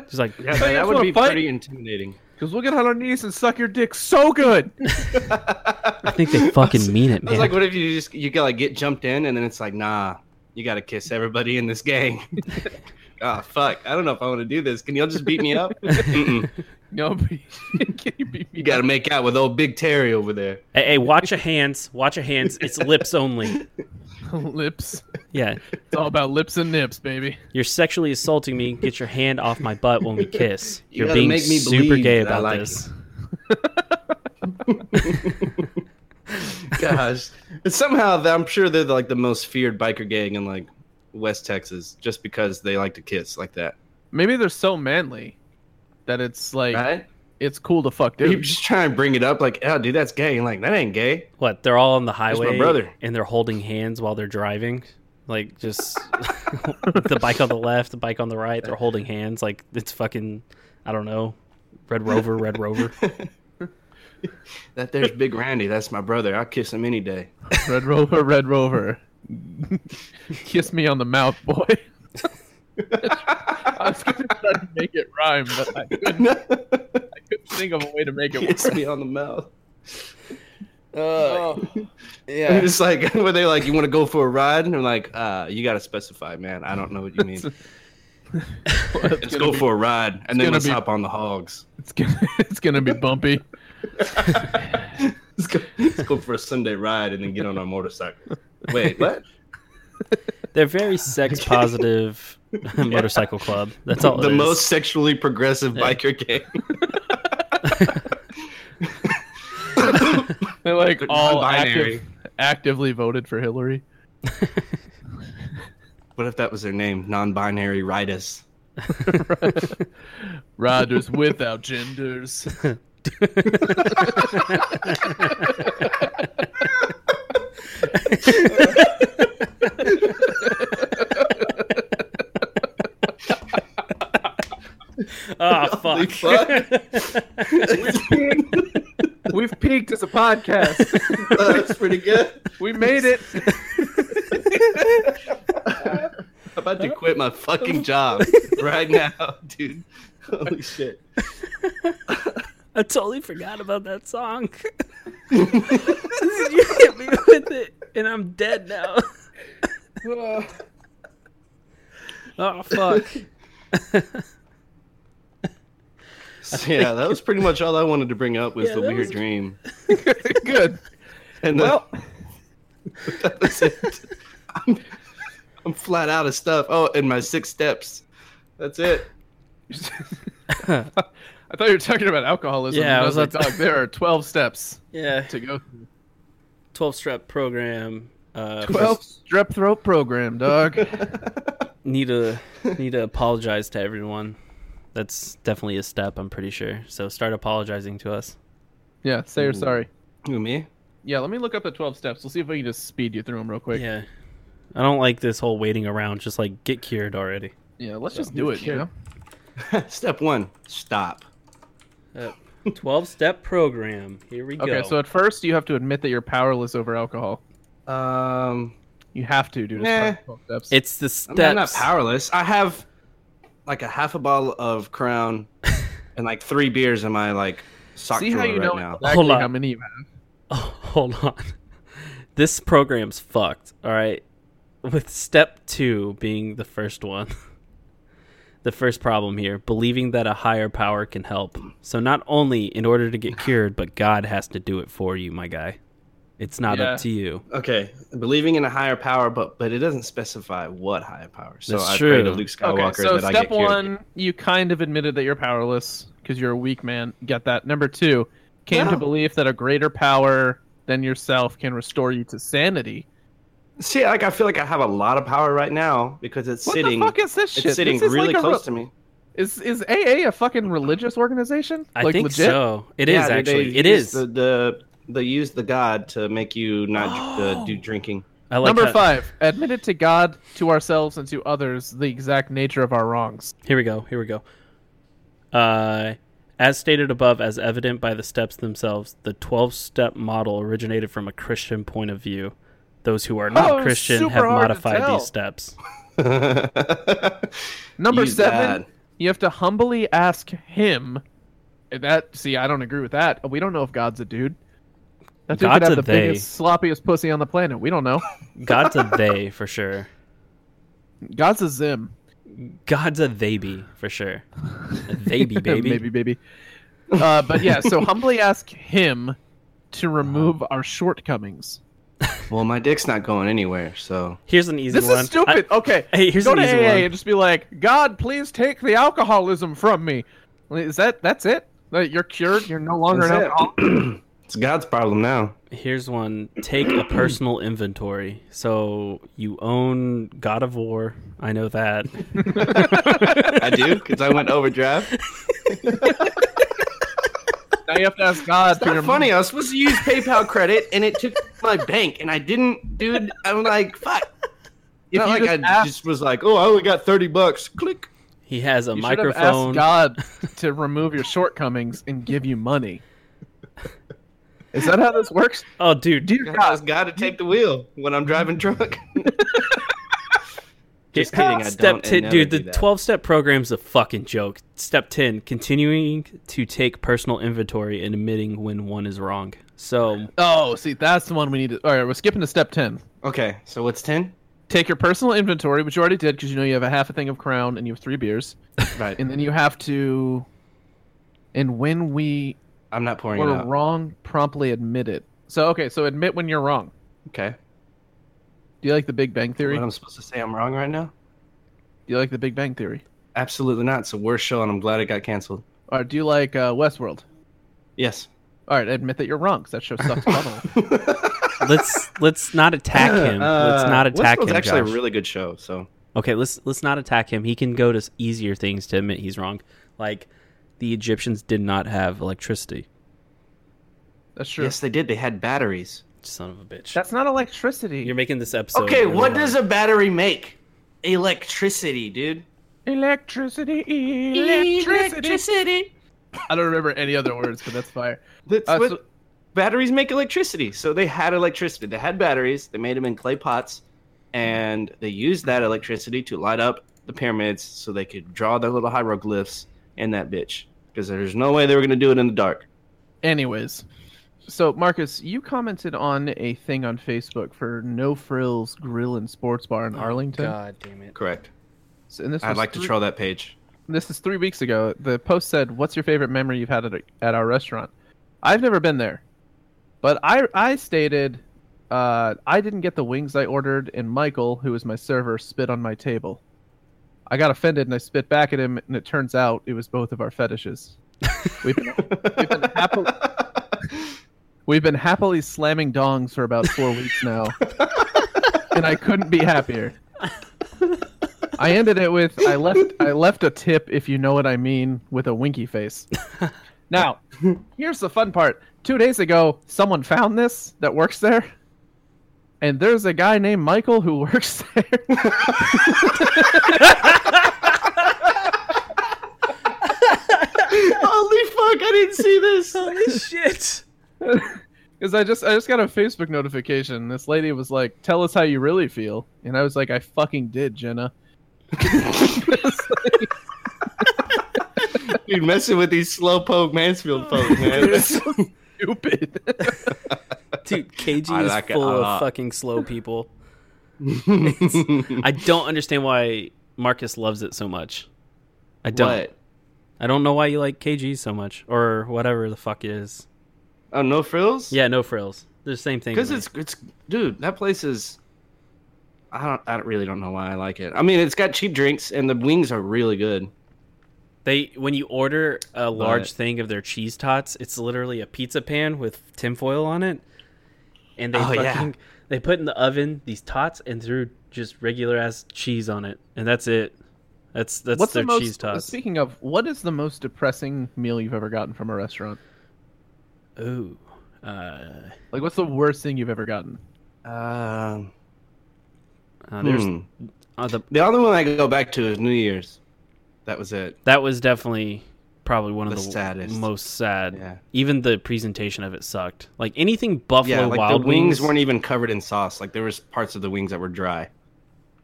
Speaker 5: Just like,
Speaker 2: Yeah,
Speaker 1: So
Speaker 2: that,
Speaker 1: you just
Speaker 2: would
Speaker 1: wanna
Speaker 2: be
Speaker 1: fight?
Speaker 2: pretty intimidating.
Speaker 1: Because we'll get on our knees and suck your dick so good.
Speaker 5: I think they fucking mean it,
Speaker 2: I was
Speaker 5: man.
Speaker 2: like, what if you just you got like get jumped in and then it's like, nah, you gotta kiss everybody in this gang. Ah, fuck. I don't know if I want to do this. Can y'all just beat me up? Mm-mm.
Speaker 1: No, but- can you beat me?
Speaker 2: You gotta make out with old Big Terry over there.
Speaker 5: hey, hey, watch your hands, watch your hands. It's lips only.
Speaker 1: lips.
Speaker 5: Yeah,
Speaker 1: It's all about lips and nips, baby.
Speaker 5: you're sexually assaulting me. Get your hand off my butt when we kiss.
Speaker 2: You
Speaker 5: You're
Speaker 2: gotta
Speaker 5: being
Speaker 2: make me
Speaker 5: super
Speaker 2: believe
Speaker 5: gay
Speaker 2: that I
Speaker 5: about
Speaker 2: like
Speaker 5: this.
Speaker 2: Gosh, and somehow th- I'm sure they're like the most feared biker gang in like West Texas, just because they like to kiss like that,
Speaker 1: Maybe they're so manly that it's like
Speaker 2: right?
Speaker 1: it's cool to fuck
Speaker 2: You
Speaker 1: dudes.
Speaker 2: just try and bring it up, like, "Oh, dude, that's gay." And like, that ain't gay.
Speaker 5: What? They're all on the highway,
Speaker 2: brother.
Speaker 5: and they're holding hands while they're driving. Like just the bike on the left, the bike on the right. They're holding hands. Like it's fucking, I don't know, Red Rover, Red Rover.
Speaker 2: That there's Big Randy. That's my brother. I'll kiss him any day.
Speaker 1: Red Rover, Red Rover. Kiss me on the mouth, boy. I was gonna try to make it rhyme, but I couldn't, I couldn't think of a way to make it
Speaker 2: kiss
Speaker 1: work.
Speaker 2: me on the mouth.
Speaker 1: Oh,
Speaker 2: And It's like when they like, "You want to go for a ride?" And I'm like, "Uh, you gotta specify, man. I don't know what you mean. Let's go for a ride, and then
Speaker 1: gonna
Speaker 2: let's
Speaker 1: be-
Speaker 2: hop on the hogs.
Speaker 1: It's gonna, it's gonna be bumpy.
Speaker 2: Let's go, let's go for a Sunday ride, and then get on our motorcycle." Wait, what?
Speaker 5: They're very sex positive motorcycle club. That's all.
Speaker 2: the
Speaker 5: Oh, it is.
Speaker 2: most sexually progressive biker gang.
Speaker 1: They like
Speaker 2: They're
Speaker 1: all
Speaker 2: non-binary.
Speaker 1: active, actively voted for Hillary.
Speaker 2: What if that was their name? Non-binary riders.
Speaker 1: Riders without genders.
Speaker 5: Ah, fuck.
Speaker 1: We've peaked as a podcast.
Speaker 2: That's pretty good.
Speaker 1: We made it.
Speaker 2: I'm about to quit my fucking job right now, dude. Holy shit.
Speaker 5: I totally forgot about that song. you hit me with it, and I'm dead now. oh fuck!
Speaker 2: yeah, that was pretty much all I wanted to bring up was
Speaker 5: Yeah,
Speaker 2: the
Speaker 5: that
Speaker 2: weird
Speaker 5: was-
Speaker 2: dream.
Speaker 1: Good.
Speaker 2: And the-
Speaker 1: Well,
Speaker 2: that was it. I'm, I'm flat out of stuff. Oh, and my six steps. That's it.
Speaker 1: I thought you were talking about alcoholism.
Speaker 5: Yeah,
Speaker 1: and
Speaker 5: I
Speaker 1: I was
Speaker 5: was
Speaker 1: like,
Speaker 5: about
Speaker 1: "Dog, there are 12 steps
Speaker 5: Yeah,
Speaker 1: to go.
Speaker 5: twelve step program. Uh,
Speaker 1: 12 strep throat program, dog.
Speaker 5: need to need to apologize to everyone. That's definitely a step. I'm pretty sure. So start apologizing to us.
Speaker 1: Yeah, say you're sorry.
Speaker 2: Who, me?
Speaker 1: Yeah, let me look up the 12 steps. We'll see if we can just speed you through them real quick. Yeah,
Speaker 5: Yeah, I don't like this whole waiting around. Just like get cured already.
Speaker 1: let's just do it, you know?
Speaker 2: Step one, stop.
Speaker 5: Twelve step program. Here we
Speaker 1: Okay, so at first you have to admit that you're powerless over alcohol.
Speaker 2: Um,
Speaker 1: You have to do
Speaker 2: Nah.
Speaker 1: this. 12 steps.
Speaker 5: it's the
Speaker 2: I
Speaker 5: steps.
Speaker 2: mean, I'm not powerless. I have like a half a bottle of Crown and like three beers in my like sock
Speaker 1: see
Speaker 2: drawer
Speaker 1: how you
Speaker 2: right
Speaker 1: know
Speaker 2: now.
Speaker 1: exactly
Speaker 5: Hold on.
Speaker 1: how many you have.
Speaker 5: Oh, hold on. This program's fucked, all right? With step two being the first one. The first problem here believing that a higher power can help. So, not only in order to get cured, but God has to do it for you, my guy. It's not
Speaker 1: Yeah.
Speaker 5: up to you.
Speaker 2: Okay, believing in a higher power, but but it doesn't specify what higher power. So
Speaker 5: That's
Speaker 2: I
Speaker 5: true.
Speaker 2: pray to Luke Skywalker
Speaker 1: Okay, so
Speaker 2: that I
Speaker 1: step
Speaker 2: get cured.
Speaker 1: one, you kind of admitted that you're powerless because you're a weak man. Get that. Number two, came to
Speaker 2: No.
Speaker 1: belief that a greater power than yourself can restore you to sanity.
Speaker 2: See, like I feel like I have a lot of power right now because it's
Speaker 1: What
Speaker 2: sitting.
Speaker 1: the fuck is this shit?
Speaker 2: it's sitting
Speaker 1: This is
Speaker 2: really
Speaker 1: like a
Speaker 2: close
Speaker 1: re-
Speaker 2: to me.
Speaker 1: Is is AA a fucking religious organization?
Speaker 5: I
Speaker 1: like
Speaker 5: think
Speaker 1: legit?
Speaker 5: so. It is,
Speaker 2: Yeah, they-
Speaker 5: actually.
Speaker 2: they
Speaker 5: it
Speaker 2: use
Speaker 5: is.
Speaker 2: The, the they use the god to make you not dr- uh, do drinking.
Speaker 5: I like
Speaker 1: Number
Speaker 5: how-
Speaker 1: five, admitted to God, to ourselves, and to others the exact nature of our wrongs.
Speaker 5: Here we go. Here we go. Uh, as stated above, as evident by the steps themselves, the 12 step model originated from a Christian point of view. Those who are not
Speaker 1: Oh,
Speaker 5: Christian
Speaker 1: super
Speaker 5: have
Speaker 1: hard to
Speaker 5: modified
Speaker 1: tell.
Speaker 5: these steps.
Speaker 1: Number
Speaker 2: Use
Speaker 1: seven,
Speaker 2: that.
Speaker 1: you have to humbly ask Him. And That see, I don't agree with that. We don't know if God's a dude. That dude could
Speaker 5: God's
Speaker 1: have the
Speaker 5: a they.
Speaker 1: biggest, sloppiest pussy on the planet. We don't know.
Speaker 5: God's a they for sure.
Speaker 1: God's a Zim.
Speaker 5: God's a they be for sure. A they be baby.
Speaker 1: Maybe, baby. Uh, but yeah, so humbly ask Him to remove
Speaker 5: Uh-huh.
Speaker 1: our shortcomings.
Speaker 2: well, my dick's not going anywhere, so
Speaker 5: Here's an easy
Speaker 1: This
Speaker 5: one.
Speaker 1: is stupid.
Speaker 5: I-
Speaker 1: okay,
Speaker 5: Hey, here's
Speaker 1: go
Speaker 5: an
Speaker 1: to
Speaker 5: easy
Speaker 1: AA
Speaker 5: one.
Speaker 1: and just be like, God, please take the alcoholism from me. Is that that's it? Like, you're cured. You're no longer an
Speaker 2: That's it.
Speaker 1: alcoholic.
Speaker 2: it's God's problem now.
Speaker 5: Here's one. Take a personal inventory. So you own God of War. I know that.
Speaker 2: I do because I went overdraft.
Speaker 1: Now you have to ask God for your
Speaker 2: Not
Speaker 1: money.
Speaker 2: funny. I was supposed to use PayPal credit, and it took my bank, and I didn't, dude. I'm like, fuck.
Speaker 1: If
Speaker 2: Not
Speaker 1: you
Speaker 2: like
Speaker 1: just
Speaker 2: I
Speaker 1: ask-
Speaker 2: just was like, oh, I only got thirty bucks. Click.
Speaker 5: He has a
Speaker 1: You should have asked
Speaker 5: microphone.
Speaker 1: God to remove your shortcomings and give you money. Is that how this works?
Speaker 5: Oh, dude,
Speaker 1: Dear
Speaker 2: I
Speaker 1: God,
Speaker 2: just got to take the wheel when I'm driving drunk. Just kidding, I
Speaker 5: step
Speaker 2: don't, I
Speaker 5: 10
Speaker 2: never
Speaker 5: dude
Speaker 2: do
Speaker 5: the
Speaker 2: that.
Speaker 5: 12 step program's a fucking joke step 10 continuing to take personal inventory and admitting when one is wrong so
Speaker 1: Oh, see, that's the one we need to. All right, we're skipping to step 10.
Speaker 2: Okay, so what's ten?
Speaker 1: Take your personal inventory, which you already did because you know you have a half a thing of crown and you have three beers.
Speaker 2: Right.
Speaker 1: And then you have to. And when we
Speaker 2: I'm not pouring it
Speaker 1: were
Speaker 2: out.
Speaker 1: wrong, promptly admit it. So, okay, so admit when you're wrong.
Speaker 2: Okay.
Speaker 1: Do you like the Big Bang Theory?
Speaker 2: What
Speaker 1: Do
Speaker 2: I'm supposed to say? I'm wrong right now?
Speaker 1: you like the Big Bang Theory?
Speaker 2: Absolutely not. It's a worse show, and I'm glad it got canceled.
Speaker 1: Or do you like uh, Westworld?
Speaker 2: Yes.
Speaker 1: All right, admit that you're wrong 'cause that show sucks funnel.
Speaker 5: let's let's not attack him let's not attack
Speaker 2: Uh, Westworld's
Speaker 5: him
Speaker 2: actually
Speaker 5: Josh.
Speaker 2: a really good show. So
Speaker 5: Okay, let's let's not attack him. He can go to s- easier things to admit he's wrong. Like the Egyptians did not have electricity.
Speaker 1: That's true.
Speaker 2: Yes, they did. They had batteries.
Speaker 5: Son of a bitch.
Speaker 1: That's not electricity.
Speaker 5: You're making this episode.
Speaker 2: okay,
Speaker 5: really
Speaker 2: what
Speaker 5: hard.
Speaker 2: does a battery make? Electricity, dude.
Speaker 1: electricity, electricity. I don't remember any other words, but that's fire.
Speaker 2: That's
Speaker 1: Uh,
Speaker 2: what
Speaker 1: so-
Speaker 2: batteries make electricity. So they had electricity. They had batteries. They made them in clay pots, and they used that electricity to light up the pyramids so they could draw their little hieroglyphs in that bitch. Because there's no way they were gonna do it in the dark.
Speaker 1: Anyways, so Marcus, you commented on a thing on Facebook for No Frills Grill and Sports Bar in Arlington.
Speaker 5: God damn it.
Speaker 2: Correct.
Speaker 1: So- and this
Speaker 2: I'd
Speaker 1: was
Speaker 2: like to
Speaker 1: three-
Speaker 2: troll that page.
Speaker 1: This is three weeks ago. The post said, "What's your favorite memory you've had at, a- at our restaurant?" I've never been there, but I I stated uh, I didn't get the wings I ordered, and Michael, who was my server, spit on my table. I got offended and I spit back at him, and it turns out it was both of our fetishes. We've been, we've been, happily, we've been happily slamming dongs for about four weeks now, and I couldn't be happier. I ended it with I left I left a tip if you know what I mean with a winky face. Now, here's the fun part. 2 days ago, someone found this that works there. And there's a guy named Michael who works there.
Speaker 2: Holy fuck! I didn't see this.
Speaker 5: Holy shit.
Speaker 1: Cuz I just I just got a Facebook notification. This lady was like, "Tell us how you really feel." And I was like, "I fucking did, Jenna."
Speaker 2: Dude, messing with these slowpoke Mansfield folks, man.
Speaker 1: Stupid.
Speaker 5: Dude, KG
Speaker 2: I
Speaker 5: is
Speaker 2: like it
Speaker 5: full
Speaker 2: a
Speaker 5: of
Speaker 2: lot.
Speaker 5: fucking slow people. I don't understand why Marcus loves it so much. I don't.
Speaker 2: What?
Speaker 5: I don't know why you like KG so much or whatever the fuck it is.
Speaker 2: Oh, no frills?
Speaker 5: Yeah, no frills. They're the same thing. to
Speaker 2: because
Speaker 5: me.
Speaker 2: it's it's dude that place is i don't i really don't know why i like it i mean it's got cheap drinks and the wings are really good
Speaker 5: they when you order a large
Speaker 2: But-
Speaker 5: thing of their cheese tots, it's literally a pizza pan with tinfoil on it, and they
Speaker 2: Oh,
Speaker 5: fucking
Speaker 2: yeah.
Speaker 5: they put in the oven these tots and threw just regular ass cheese on it, and that's it. That's that's
Speaker 1: What's
Speaker 5: their
Speaker 1: the most
Speaker 5: cheese tots.
Speaker 1: Speaking of, what is the most depressing meal you've ever gotten from a restaurant?
Speaker 5: Ooh, uh,
Speaker 1: Like what's the worst thing you've ever gotten?
Speaker 2: um
Speaker 5: uh, there's
Speaker 2: hmm.
Speaker 5: uh, the,
Speaker 2: the only one i could go back to is new year's that was it
Speaker 5: that was definitely probably one of
Speaker 2: The
Speaker 5: the
Speaker 2: saddest.
Speaker 5: most sad.
Speaker 2: Yeah.
Speaker 5: Even the presentation of it sucked. Like anything Buffalo
Speaker 2: yeah like
Speaker 5: Wild
Speaker 2: the wings,
Speaker 5: Wings
Speaker 2: weren't e- even covered in sauce like there was parts of the wings that were dry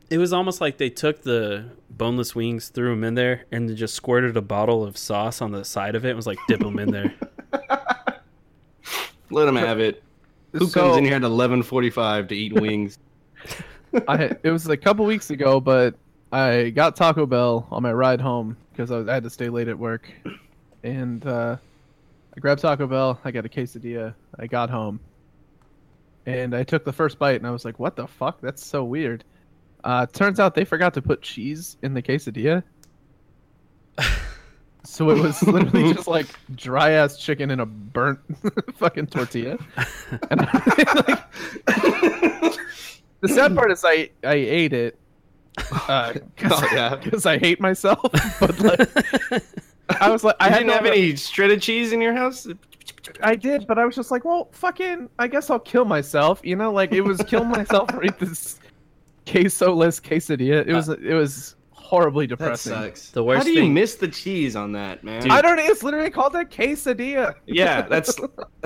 Speaker 5: it was almost like they took the boneless wings, threw them in there, and then just squirted a bottle of sauce on the side of it. and was like dip them in there.
Speaker 2: let them have it who
Speaker 1: So-
Speaker 2: comes in here at 11.45 to eat wings
Speaker 1: I it was a couple weeks ago, but I got Taco Bell on my ride home because I, was- I had to stay late at work, and uh, I grabbed Taco Bell. I got a quesadilla. I got home, and I took the first bite, and I was like, "What the fuck? That's so weird." Uh, turns out they forgot to put cheese in the quesadilla, so it was literally just like dry ass chicken in a burnt fucking tortilla. And I, like, the sad part is I I ate it because
Speaker 2: oh yeah
Speaker 1: I hate myself. But like, I was like, I
Speaker 2: i
Speaker 1: had
Speaker 2: didn't
Speaker 1: no
Speaker 2: have
Speaker 1: other-
Speaker 2: any shredded cheese in your house
Speaker 1: I did, but I was just like, well, fucking. I guess I'll kill myself. You know, like it was kill myself or eat this queso-less quesadilla. It was it was horribly depressing.
Speaker 5: The
Speaker 2: How
Speaker 5: worst
Speaker 2: do you
Speaker 5: thing.
Speaker 2: miss the cheese on that, man?
Speaker 5: Dude.
Speaker 1: I don't. It's literally called a quesadilla.
Speaker 2: Yeah, that's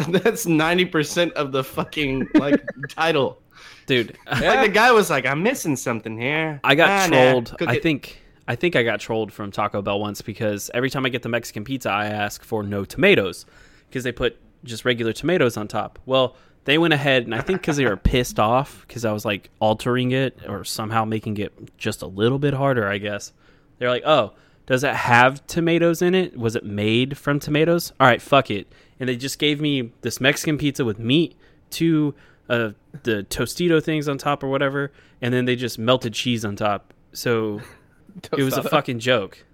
Speaker 2: that's ninety percent of the fucking like title.
Speaker 5: dude,
Speaker 2: Like the guy was like, "I'm missing something here."
Speaker 5: I got
Speaker 2: Ah, nah,
Speaker 5: trolled.
Speaker 2: cook
Speaker 5: I
Speaker 2: it."
Speaker 5: think I think I got trolled from Taco Bell once because every time I get the Mexican pizza, I ask for no tomatoes because they put just regular tomatoes on top. Well, they went ahead and I think because they were pissed off because I was like altering it or somehow making it just a little bit harder. I guess they're like, "Oh, does it have tomatoes in it? Was it made from tomatoes? All right, fuck it." And they just gave me this Mexican pizza with meat, two uh, the Tostito things on top or whatever, and then they just melted cheese on top. So it was a
Speaker 1: Tostada.
Speaker 5: fucking joke.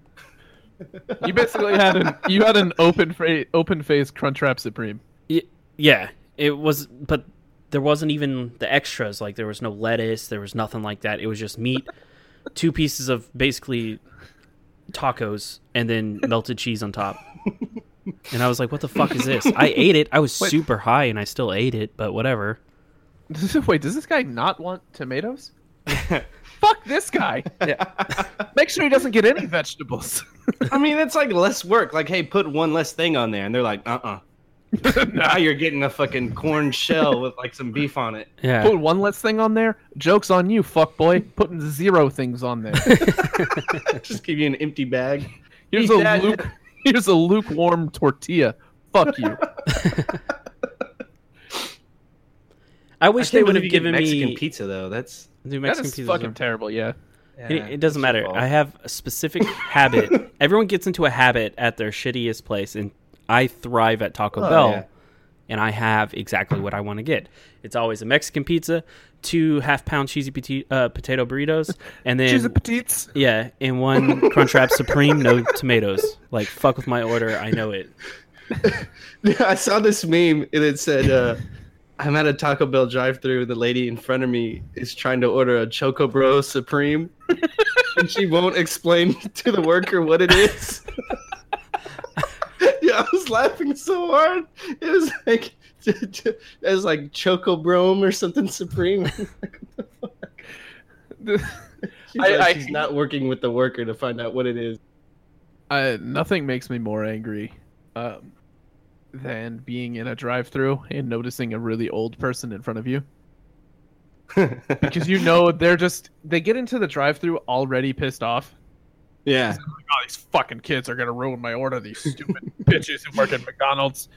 Speaker 1: You basically had an you had an open fra- open face Crunchwrap Supreme.
Speaker 5: Y- yeah, it was, but there wasn't even the extras. Like there was no lettuce, there was nothing like that. It was just meat, two pieces of basically tacos and then melted cheese on top. And I was like, "What the fuck is this?" I ate it. I was
Speaker 1: Wait.
Speaker 5: super high, and I still ate it. But whatever.
Speaker 1: Wait, does this guy not want tomatoes? Fuck this guy. Make sure he doesn't get any vegetables.
Speaker 2: I mean, it's like less work. Like, hey, put one less thing on there, and they're like, uh, uh now you're getting a fucking corn shell with like some beef on it.
Speaker 5: Yeah.
Speaker 1: Put one less thing on there. Joke's on you, fuckboy. Putting zero things on there.
Speaker 2: Just give you an empty bag.
Speaker 1: Here's
Speaker 2: Eat
Speaker 1: a,
Speaker 2: that.
Speaker 1: luke, here's a lukewarm tortilla. Fuck you.
Speaker 5: I
Speaker 2: I
Speaker 5: wish
Speaker 2: can't
Speaker 5: they would
Speaker 2: believe
Speaker 5: have
Speaker 2: you get
Speaker 5: given
Speaker 2: Mexican
Speaker 5: me
Speaker 2: pizza though. That's
Speaker 5: New
Speaker 1: that
Speaker 5: Mexican
Speaker 1: is
Speaker 5: pizzas
Speaker 1: fucking
Speaker 5: are-
Speaker 1: terrible, yeah.
Speaker 5: It, it doesn't matter.
Speaker 2: fault.
Speaker 5: I have a specific habit. Everyone gets into a habit at their shittiest place, and I thrive at Taco
Speaker 2: Oh,
Speaker 5: Bell,
Speaker 2: yeah.
Speaker 5: and I have exactly what I want to get. It's always a Mexican pizza, two half pound cheesy poti- uh, potato burritos, and then
Speaker 1: She's a petites.
Speaker 5: yeah, and one Crunchwrap Supreme, no tomatoes. Like fuck with my order, I know it.
Speaker 2: I saw this meme and it said, uh, "I'm at a Taco Bell drive-through. The lady in front of me is trying to order a Choco Bro Supreme, and she won't explain to the worker what it is." yeah, I was laughing so hard. It was like it was like Choco Brome or something Supreme. She's,
Speaker 1: I-
Speaker 2: like,
Speaker 1: I-
Speaker 2: she's not working with the worker to find out what it is.
Speaker 1: Uh, nothing makes me more angry um, than being in a drive-through and noticing a really old person in front of you. because you know they're just they get into the drive-through already pissed off.
Speaker 2: Yeah.
Speaker 1: Oh, these fucking kids are gonna ruin my order. These stupid bitches who work at McDonald's.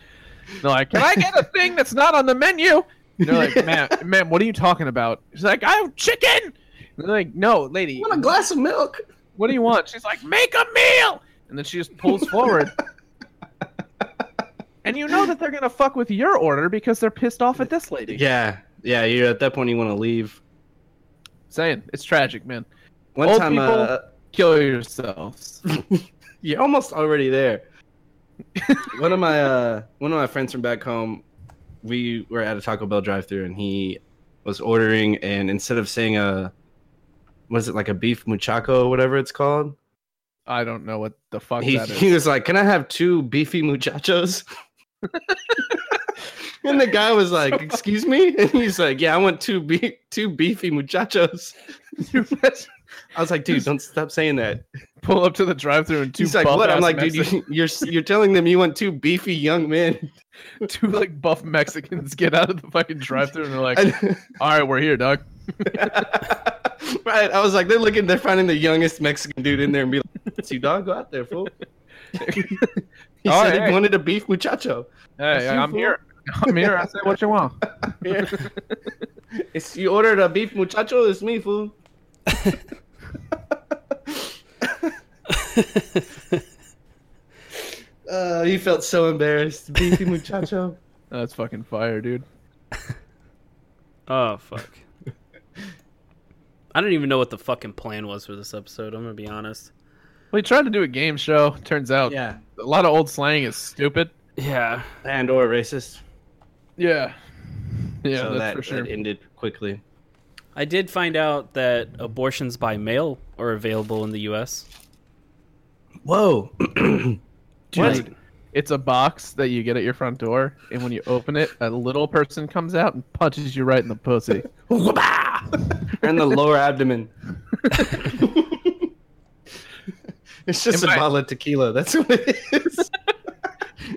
Speaker 1: They're like, "Can I get a thing that's not on the menu?" And they're like, "Ma'am, ma'am, what are you talking about?" She's like, "I have chicken." And they're like, "No, lady,
Speaker 2: Want a glass of milk?
Speaker 1: what do you want? She's like, make a meal! And then she just pulls forward. and you know that they're going to fuck with your order because they're pissed off at this lady.
Speaker 2: Yeah, yeah. You're at that point. You want to leave.
Speaker 1: Saying, it's tragic, man.
Speaker 2: One
Speaker 1: Old
Speaker 2: time,
Speaker 1: people-
Speaker 2: uh,
Speaker 1: Kill yourselves.
Speaker 2: you're almost already there. one of my uh, one of my friends from back home, we were at a Taco Bell drive-through, and he was ordering, and instead of saying a, was it like a beef muchacho or whatever it's called?
Speaker 1: I don't know what the fuck
Speaker 2: He
Speaker 1: that is.
Speaker 2: he was like, "Can I have two beefy muchachos?" and the guy was like, "Excuse me," and he's like, "Yeah, I want two beef two beefy muchachos." I was like, "Dude, don't stop saying that."
Speaker 1: Pull up to the drive thru and two
Speaker 2: He's like,
Speaker 1: buff
Speaker 2: what? I'm
Speaker 1: ass
Speaker 2: like, dude,
Speaker 1: Mexicans,
Speaker 2: you, you're you're telling them you want two beefy young men.
Speaker 1: two like buff Mexicans get out of the fucking drive thru and they're like,
Speaker 2: And-
Speaker 1: all right, we're here, dog.
Speaker 2: right? I was like, they're looking, they're finding the youngest Mexican dude in there and be like, it's you, dog, go out there, fool. he
Speaker 1: All
Speaker 2: said
Speaker 1: right.
Speaker 2: he wanted a beef muchacho.
Speaker 1: Hey,
Speaker 2: That's you,
Speaker 1: I'm
Speaker 2: fool.
Speaker 1: here. I'm here. I said what you want.
Speaker 2: Here. it's you ordered a beef muchacho. It's me, fool. Uh, he felt so embarrassed. Beefy muchacho.
Speaker 1: That's fucking fire, dude.
Speaker 5: Oh fuck. I don't even know what the fucking plan was for this episode. I'm gonna be honest.
Speaker 1: We tried to do a game show. Turns out
Speaker 2: yeah,
Speaker 1: a lot of old slang is stupid.
Speaker 5: Yeah.
Speaker 2: and or racist.
Speaker 1: Yeah. Yeah,
Speaker 2: so
Speaker 1: that's
Speaker 2: that,
Speaker 1: for sure.
Speaker 2: that ended quickly.
Speaker 5: I did find out that abortions by mail are available in the U.S.
Speaker 2: Whoa.
Speaker 1: Dude, it's a box that you get at your front door, and when you open it, a little person comes out and punches you right in the pussy.
Speaker 2: and the lower abdomen. it's just
Speaker 1: Am
Speaker 2: a
Speaker 1: I-
Speaker 2: bottle of tequila. That's what it is.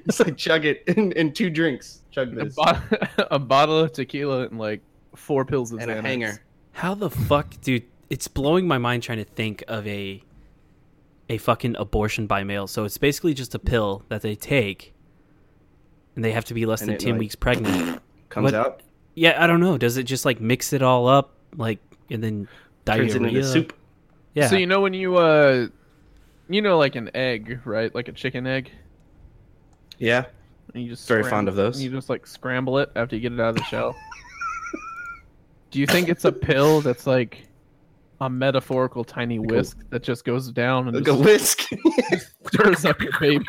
Speaker 2: it's like chug it and, and two drinks. Chug
Speaker 1: a,
Speaker 2: this.
Speaker 1: bo- a bottle of tequila and like four pills of
Speaker 2: and a
Speaker 1: Xanax.
Speaker 2: hanger.
Speaker 5: How the fuck, dude? It's blowing my mind trying to think of a a fucking abortion by mail. So it's basically just a pill that they take, and they have to be less
Speaker 2: And
Speaker 5: than
Speaker 2: it,
Speaker 5: ten
Speaker 2: like-
Speaker 5: weeks pregnant.
Speaker 2: Comes
Speaker 5: What-
Speaker 2: out,
Speaker 5: yeah, I don't know. Does it just like mix it all up, like, and then diarrhea?
Speaker 2: turns it into soup.
Speaker 5: Yeah.
Speaker 1: So you know when you uh, you know like an egg, right? Like a chicken egg.
Speaker 2: Yeah.
Speaker 1: And you just
Speaker 2: Very fond of those.
Speaker 1: and You just like scramble it after you get it out of the shell. Do you think it's a pill that's like a metaphorical tiny whisk that just goes down and
Speaker 2: Like a
Speaker 1: just
Speaker 2: whisk.
Speaker 1: stirs up your baby.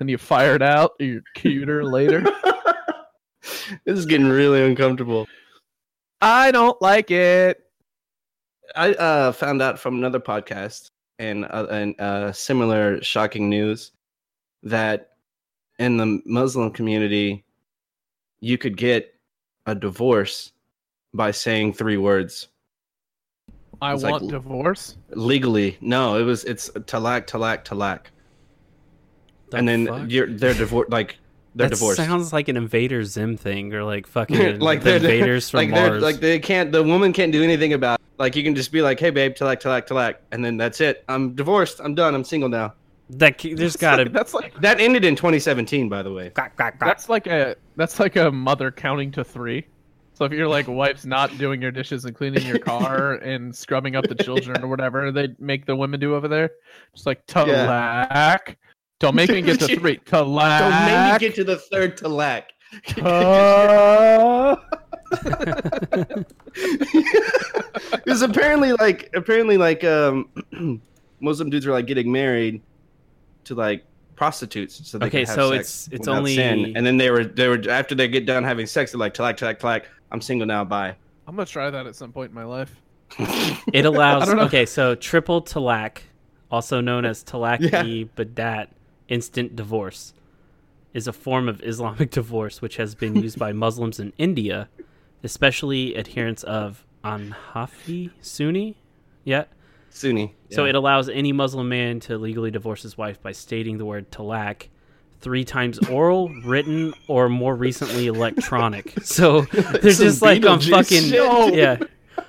Speaker 1: And you fire it out, you're cuter later.
Speaker 2: this is getting really uncomfortable.
Speaker 1: I don't like it.
Speaker 2: I uh, found out from another podcast and uh, and uh, similar shocking news that in the Muslim community, you could get a divorce by saying three words
Speaker 1: I
Speaker 2: It's like-
Speaker 1: want divorce.
Speaker 2: legally. No, it was it's talak, talak, talak,
Speaker 5: The
Speaker 2: and then
Speaker 5: fuck?
Speaker 2: you're they're divorced. Like they're
Speaker 5: that
Speaker 2: divorced.
Speaker 5: sounds like an Invader Zim thing, or like fucking
Speaker 2: like
Speaker 5: the
Speaker 2: they're
Speaker 5: invaders from
Speaker 2: like they're-
Speaker 5: Mars.
Speaker 2: Like they can't. The woman can't do anything about. It. Like you can just be like, "Hey, babe, talak, talak, talak," and then that's it. I'm divorced. I'm done. I'm single now.
Speaker 5: that ca- there's got to
Speaker 1: That's like
Speaker 2: That ended in 2017, by the way.
Speaker 1: that's like a that's like a mother counting to three. So if your like wife's not doing your dishes and cleaning your car and scrubbing up the children or whatever they make the women do over there, just like talak. Don't make me get to three. Talak.
Speaker 2: Don't make me get to the third talak.
Speaker 1: Ta-
Speaker 2: Because apparently, like, apparently, like, um, Muslim dudes are like getting married to like prostitutes. So they
Speaker 5: Okay,
Speaker 2: could have
Speaker 5: so
Speaker 2: sex
Speaker 5: it's- it's
Speaker 2: without
Speaker 5: only-
Speaker 2: sin. and then they were they were after they get done having sex, they're like talak, talak, talak. I'm single now. Bye.
Speaker 1: I'm gonna try that at some point in my life.
Speaker 5: it allows.
Speaker 1: don't know.
Speaker 5: Okay, so triple talak, also known as talak
Speaker 2: Yeah.
Speaker 5: e badat, instant divorce, is a form of Islamic divorce which has been used by Muslims in India, especially adherents of Anhafi Sunni. Yeah.
Speaker 2: Sunni.
Speaker 5: So
Speaker 2: Yeah.
Speaker 5: it allows any Muslim man to legally divorce his wife by stating the word talak three times oral, written, or more recently electronic. So they're
Speaker 2: some
Speaker 5: just like on
Speaker 2: Beetlejuice
Speaker 5: fucking
Speaker 2: shit.
Speaker 5: yeah.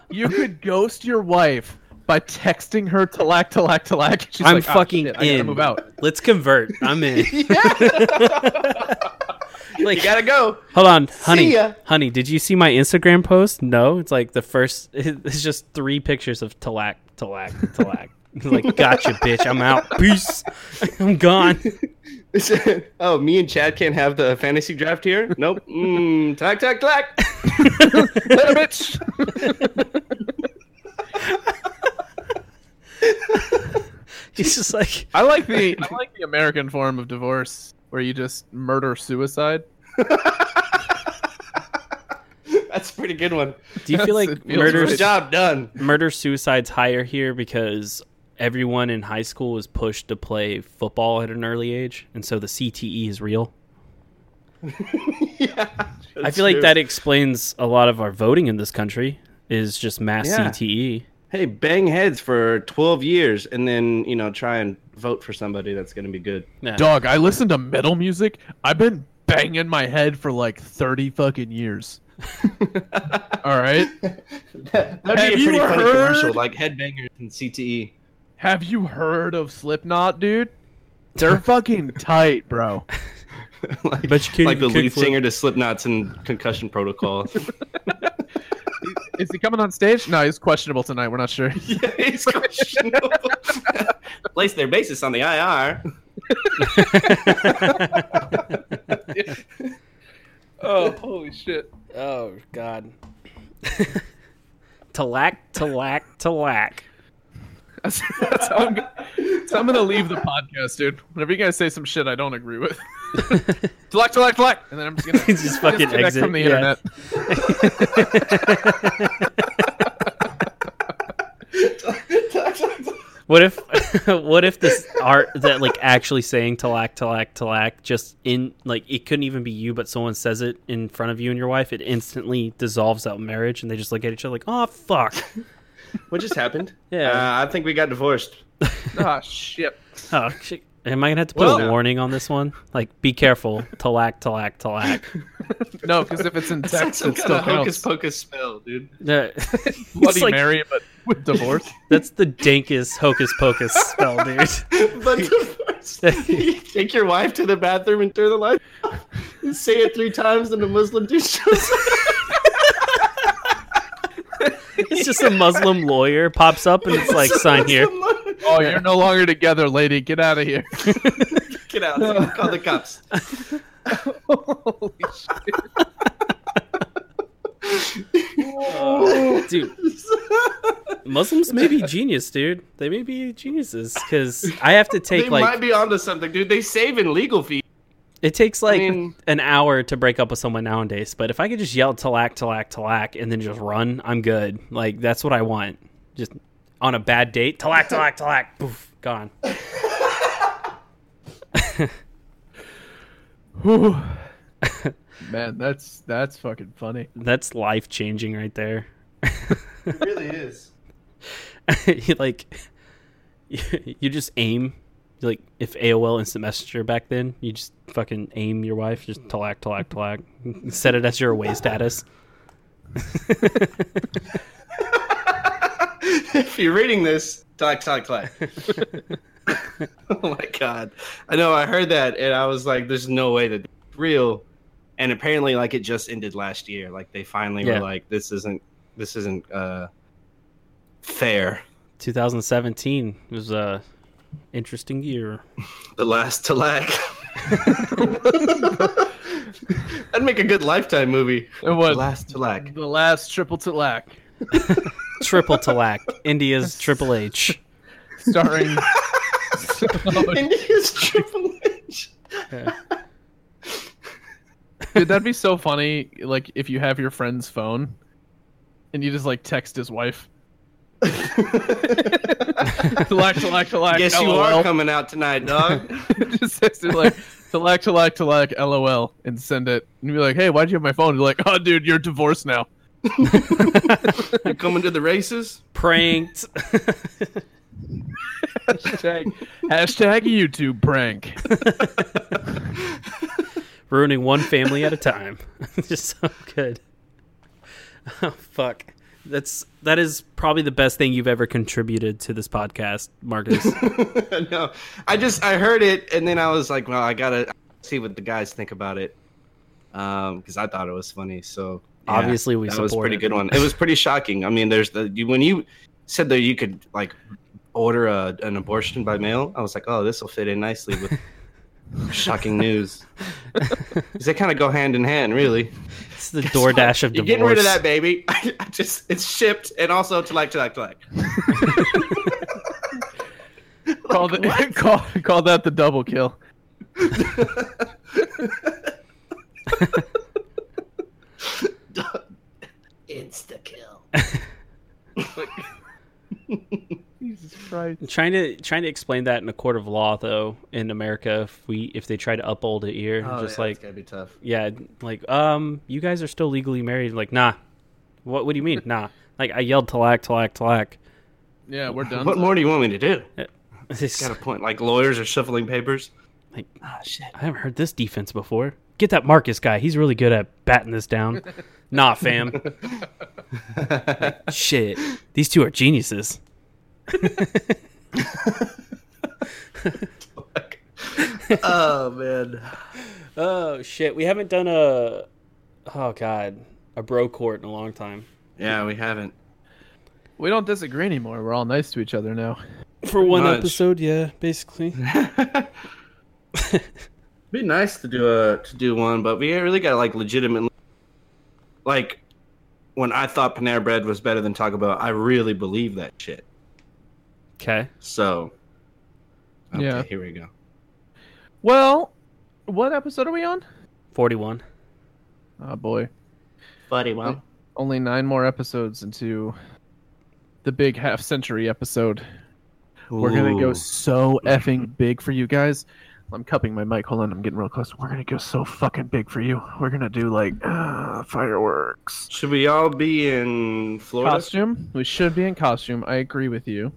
Speaker 1: You could ghost your wife by texting her talak, talak, talak. She's
Speaker 5: I'm
Speaker 1: like, "Ah,
Speaker 5: fucking
Speaker 1: shit, I gotta
Speaker 5: in.
Speaker 1: move out.
Speaker 5: Let's convert. I'm in. like,
Speaker 2: you gotta go.
Speaker 5: hold on, honey.
Speaker 2: ya.
Speaker 5: Honey, did you see my Instagram post? No, it's like the first. It's just three pictures of talak, talak, talak. like, gotcha, bitch. I'm out. Peace. I'm gone.
Speaker 2: oh, me and Chad can't have the fantasy draft here. Nope. Mm, talak, talak, talak.
Speaker 1: Later, bitch.
Speaker 5: He's just like.
Speaker 1: I like the I like the American form of divorce where you just murder suicide.
Speaker 2: That's a pretty good one.
Speaker 5: Do you feel
Speaker 1: Yes,
Speaker 5: like
Speaker 1: it feels
Speaker 5: murder
Speaker 1: right.
Speaker 2: First job done.
Speaker 5: murder suicides higher here because everyone in high school was pushed to play football at an early age, and so the CTE is real. I feel like that explains a lot of our voting in this country is just mass E.
Speaker 2: Yeah.
Speaker 5: CTE.
Speaker 2: hey, bang heads for 12 years and then, you know, try and vote for somebody that's going to be good.
Speaker 5: Yeah.
Speaker 1: Dog, I listen to metal music. I've been banging my head for like thirty fucking years. All right.
Speaker 2: That'd
Speaker 1: Have
Speaker 2: be a
Speaker 1: you
Speaker 2: pretty funny
Speaker 1: heard-
Speaker 2: commercial, like headbangers and E. CTE.
Speaker 1: Have you heard of Slipknot, dude? They're fucking tight, bro.
Speaker 2: like,
Speaker 5: Bet you can't
Speaker 2: like the
Speaker 5: even
Speaker 2: lead
Speaker 5: kickflip.
Speaker 2: singer to Slipknot's and concussion protocol.
Speaker 1: Is he coming on stage? No, he's questionable tonight. We're not sure.
Speaker 2: It's questionable. Place their basis on the IR.
Speaker 1: Oh, holy shit.
Speaker 5: Oh God. Talak, talak, talak.
Speaker 1: That's, that's how I'm, go- so I'm gonna leave the podcast, dude. Whenever you guys say some shit I don't agree with, black, black, black, and then I'm just gonna
Speaker 5: Just fucking
Speaker 1: disconnect
Speaker 5: exit,
Speaker 1: from the
Speaker 5: yeah.
Speaker 1: internet.
Speaker 5: What if, what if this art that like actually saying talak, talak, talak, just in like it couldn't even be you, but someone says it in front of you and your wife, it instantly dissolves out marriage, and they just look at each other like, oh fuck.
Speaker 2: What just happened?
Speaker 5: Yeah.
Speaker 2: Uh, I think we got divorced.
Speaker 1: Ah, shit.
Speaker 5: Oh shit. Am I gonna have to put
Speaker 1: Well-
Speaker 5: a warning on this one? Like, be careful. Talak, talak, talak.
Speaker 1: No, because if it's in text,
Speaker 2: Some
Speaker 1: it
Speaker 2: kind
Speaker 1: still
Speaker 2: of hocus
Speaker 1: counts.
Speaker 2: pocus spell, dude.
Speaker 5: Yeah.
Speaker 1: Bloody
Speaker 5: It's like-
Speaker 1: Mary, but with divorce.
Speaker 5: That's the dankest hocus pocus spell, dude.
Speaker 2: But divorced. you take your wife to the bathroom and turn the light. off. You say it three times, and the Muslim dude shows up.
Speaker 5: It's just a Muslim lawyer pops up and it's like, sign here.
Speaker 1: Oh, you're no longer together, lady. Get out of here.
Speaker 2: Get out! Call the cops.
Speaker 1: holy shit.
Speaker 5: dude. Muslims may be genius, dude. They may be geniuses because I have to take
Speaker 2: They
Speaker 5: like
Speaker 2: might be onto something, dude. They save in legal fees.
Speaker 5: it takes like
Speaker 2: mean-
Speaker 5: an hour to break up with someone nowadays. But if I could just yell talak, talak, talak, and then just run, I'm good. Like that's what I want. Just on a bad date, talak, talak, talak, poof, gone.
Speaker 1: Whew. Man, that's that's fucking funny.
Speaker 5: That's life changing right there.
Speaker 2: It really is.
Speaker 5: you like, you just aim. Like if AOL Instant Messenger back then, you just fucking aim your wife, just talak, talak, talak. Set it as your away status.
Speaker 2: if you're reading this, talk, talk, talk. oh my god! I know I heard that and I was like, "There's no way that that's real." And apparently, like it just ended last year. Like they finally
Speaker 5: Yeah.
Speaker 2: were like, "This isn't, this isn't uh, fair."
Speaker 5: 2017 was a interesting year.
Speaker 2: The last to lack. That'd make a good lifetime movie.
Speaker 1: It was
Speaker 2: The last to lack.
Speaker 1: the last triple talak,
Speaker 5: Triple talak, India's Triple H.
Speaker 1: starring
Speaker 2: India's Triple H.
Speaker 1: Dude, that'd be so funny. Like if you have your friend's phone, and you just like text his wife. Talak, talak, talak.
Speaker 2: Guess you
Speaker 1: LOL.
Speaker 2: are coming out tonight, dog.
Speaker 1: just text her like talak, talak, talak, lol, and send it, and be like, hey, why'd you have my phone? And be like, oh, dude, you're divorced now.
Speaker 2: you coming to the races?
Speaker 5: Pranked.
Speaker 1: Hashtag, hashtag YouTube prank.
Speaker 5: Ruining one family at a time. Just so good. Oh fuck. That's that is probably the best thing you've ever contributed to this podcast, Marcus.
Speaker 2: no, I just I heard it and then I was like, well, I gotta see what the guys think about it, um, because I thought it was funny. So yeah,
Speaker 5: Obviously, we
Speaker 2: that was a
Speaker 5: support
Speaker 2: pretty
Speaker 5: it.
Speaker 2: good one. It was pretty shocking. I mean, there's the you, when you said that you could like order a, an abortion by mail, I was like, oh, this will fit in nicely with shocking news. 'Cause they kind of go hand in hand, really.
Speaker 5: It's the DoorDash of
Speaker 2: You're
Speaker 5: divorce.
Speaker 2: getting rid of that baby. I, just it's shipped and also to like to like to like.
Speaker 1: call, the, call, call that the double kill.
Speaker 6: Insta kill.
Speaker 1: Jesus Christ.
Speaker 5: Trying to trying to explain that in a court of law though in America if we if they try to uphold it here
Speaker 2: Oh,
Speaker 5: just like
Speaker 2: gotta be tough.
Speaker 5: yeah like um you guys are still legally married like nah what what do you mean nah like I yelled talak talak talak
Speaker 1: Yeah, we're done.
Speaker 2: What more do you want me to do?
Speaker 5: This-
Speaker 2: Got a point. Like lawyers are shuffling papers.
Speaker 5: Like-
Speaker 2: ah, shit.
Speaker 5: I haven't heard this defense before. Get that Marcus guy. He's really good at batting this down. nah, fam. Like, shit. These two are geniuses.
Speaker 2: oh man.
Speaker 5: Oh, shit. We haven't done a. Oh, God. A bro court in a long time.
Speaker 2: Yeah, we haven't.
Speaker 1: We don't disagree anymore. We're all nice to each other now.
Speaker 5: For one
Speaker 2: much.
Speaker 5: episode, yeah, basically.
Speaker 2: Be nice to do a to do one, but we really got like legitimately. Like, when I thought Panera Bread was better than Taco Bell, I really believe that shit.
Speaker 5: Okay.
Speaker 2: So. Okay,
Speaker 1: Yeah.
Speaker 2: Here we go.
Speaker 1: Well, what episode are we on?
Speaker 5: 41.
Speaker 1: Oh boy,
Speaker 2: Buddy,
Speaker 1: well. only nine more episodes into the big half century episode. We're gonna go so effing big for you guys. I'm cupping my mic. Hold on, I'm getting real close. We're gonna go so fucking big for you. We're gonna do like uh, fireworks.
Speaker 2: Should we all be in Florida?
Speaker 1: Costume? We should be in costume. I agree with you.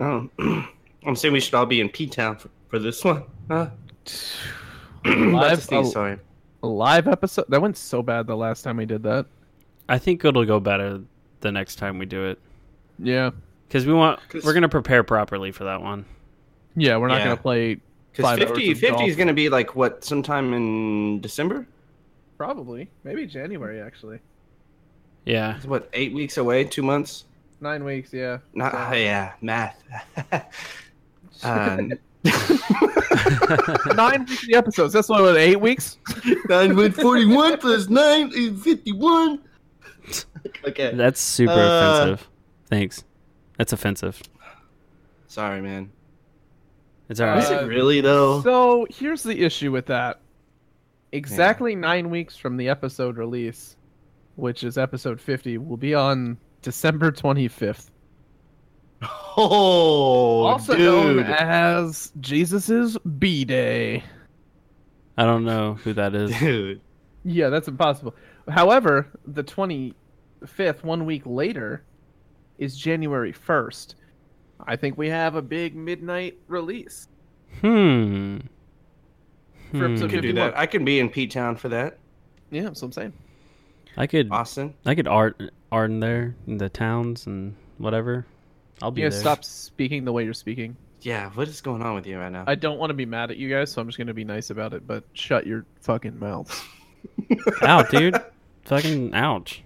Speaker 2: Oh, I'm saying we should all be in P Town for, for this one. Huh?
Speaker 1: Live-
Speaker 2: That's the thing, sorry.
Speaker 1: A live episode? That went so bad the last time we did that.
Speaker 5: I think it'll go better the next time we do it.
Speaker 1: Yeah.
Speaker 5: Because we want.
Speaker 2: 'Cause-
Speaker 5: We're going to prepare properly for that one.
Speaker 1: Yeah, we're not
Speaker 2: Yeah.
Speaker 1: gonna play
Speaker 2: Because
Speaker 1: Five hours
Speaker 2: 50,
Speaker 1: of
Speaker 2: 50 is
Speaker 1: golf.
Speaker 2: going to be like, what, sometime in December?
Speaker 1: probably. Maybe January actually.
Speaker 5: Yeah.
Speaker 2: It's what, eight weeks away? Two months?
Speaker 1: Nine weeks, yeah.
Speaker 2: Not,
Speaker 1: Yeah.
Speaker 2: oh, yeah, math. um,
Speaker 1: Nine weekly episodes. That's why what eight weeks?
Speaker 2: 41 plus 9 is 51. okay.
Speaker 5: That's super
Speaker 2: Uh.
Speaker 5: offensive. Thanks. That's offensive.
Speaker 2: Sorry, man.
Speaker 5: It's all
Speaker 2: Is
Speaker 5: right.
Speaker 1: Uh,
Speaker 2: it really, though?
Speaker 1: So here's the issue with that. Exactly nine weeks from the episode release, which is episode 50, will be on December 25th.
Speaker 2: Oh,
Speaker 1: also known
Speaker 2: dude.
Speaker 1: as Jesus's B Day.
Speaker 5: I don't know who that is.
Speaker 2: dude.
Speaker 1: Yeah, that's impossible. However, the 25th, one week later, is January 1st. I think we have a big midnight release.
Speaker 5: Hmm.
Speaker 1: For episode
Speaker 5: Hmm.
Speaker 2: Could do
Speaker 1: 51.
Speaker 2: that. I can be in P Town for that.
Speaker 1: Yeah, that's what I'm saying.
Speaker 5: I could
Speaker 2: Austin.
Speaker 5: I could art art in there in the towns and whatever. I'll be
Speaker 1: You guys
Speaker 5: there.
Speaker 1: stop speaking the way you're speaking.
Speaker 2: Yeah, what is going on with you right now?
Speaker 1: I don't want to be mad at you guys, so I'm just going to be nice about it, but shut your fucking mouths.
Speaker 5: Out, dude. Fucking ouch.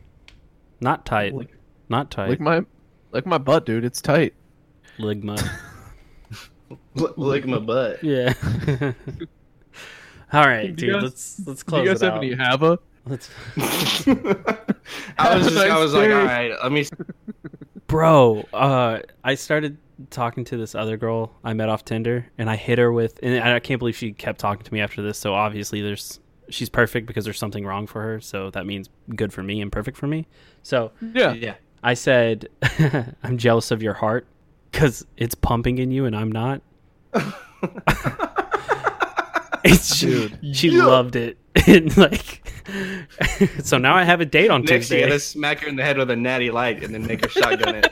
Speaker 5: Not tight.
Speaker 1: Lick-
Speaker 5: Not tight.
Speaker 1: Like my like my butt, dude. It's tight.
Speaker 5: Ligma.
Speaker 7: L- lick my butt.
Speaker 5: yeah. All right,
Speaker 1: Do you
Speaker 5: dude.
Speaker 1: guys-
Speaker 5: let's let's
Speaker 1: Do
Speaker 5: close
Speaker 1: you guys
Speaker 5: it
Speaker 1: have
Speaker 5: out.
Speaker 1: any hava?
Speaker 5: Let's,
Speaker 2: I was just, I was like, all
Speaker 1: Downstairs.
Speaker 2: right, let me.
Speaker 5: bro. Uh, I started talking to this other girl I met off Tinder, and I hit her with, and I can't believe she kept talking to me after this. So obviously, there's she's perfect because there's something wrong for her. So that means good for me and perfect for me. So
Speaker 1: Yeah.
Speaker 2: Yeah.
Speaker 5: I said, I'm jealous of your heart because it's pumping in you and I'm not. it's she, she loved it. and like, so now I have a date on
Speaker 2: Next, you
Speaker 5: Tuesday.
Speaker 2: gotta smack her in the head with a natty light and then make her shotgun it.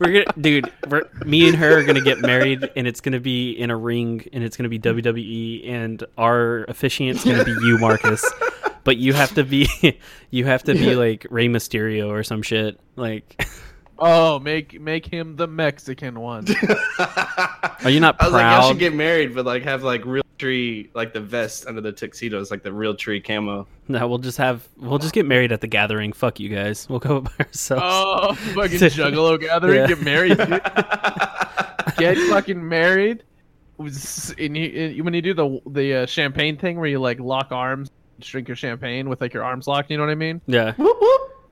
Speaker 5: We're gonna, dude. We're, me and her are gonna get married, and it's gonna be in a ring, and it's gonna be WWE, and our officiant's gonna be you, Marcus. But you have to be, you have to be like Rey Mysterio or some shit. Like,
Speaker 1: Oh, make make him the Mexican one.
Speaker 5: are you not
Speaker 2: I was like, I
Speaker 5: proud?
Speaker 2: should get married, but like have like real tree, like the vest under the tuxedos, like the real tree camo.
Speaker 5: No, we'll just have we'll just get married at the gathering. Fuck you guys. We'll go by ourselves.
Speaker 1: oh, fucking Juggalo gathering,
Speaker 5: Yeah.
Speaker 1: get married, dude. get fucking married. Was- And you, and when you do the the uh, champagne thing where you like lock arms, drink your champagne with like your arms locked, you know what I mean?
Speaker 5: Yeah.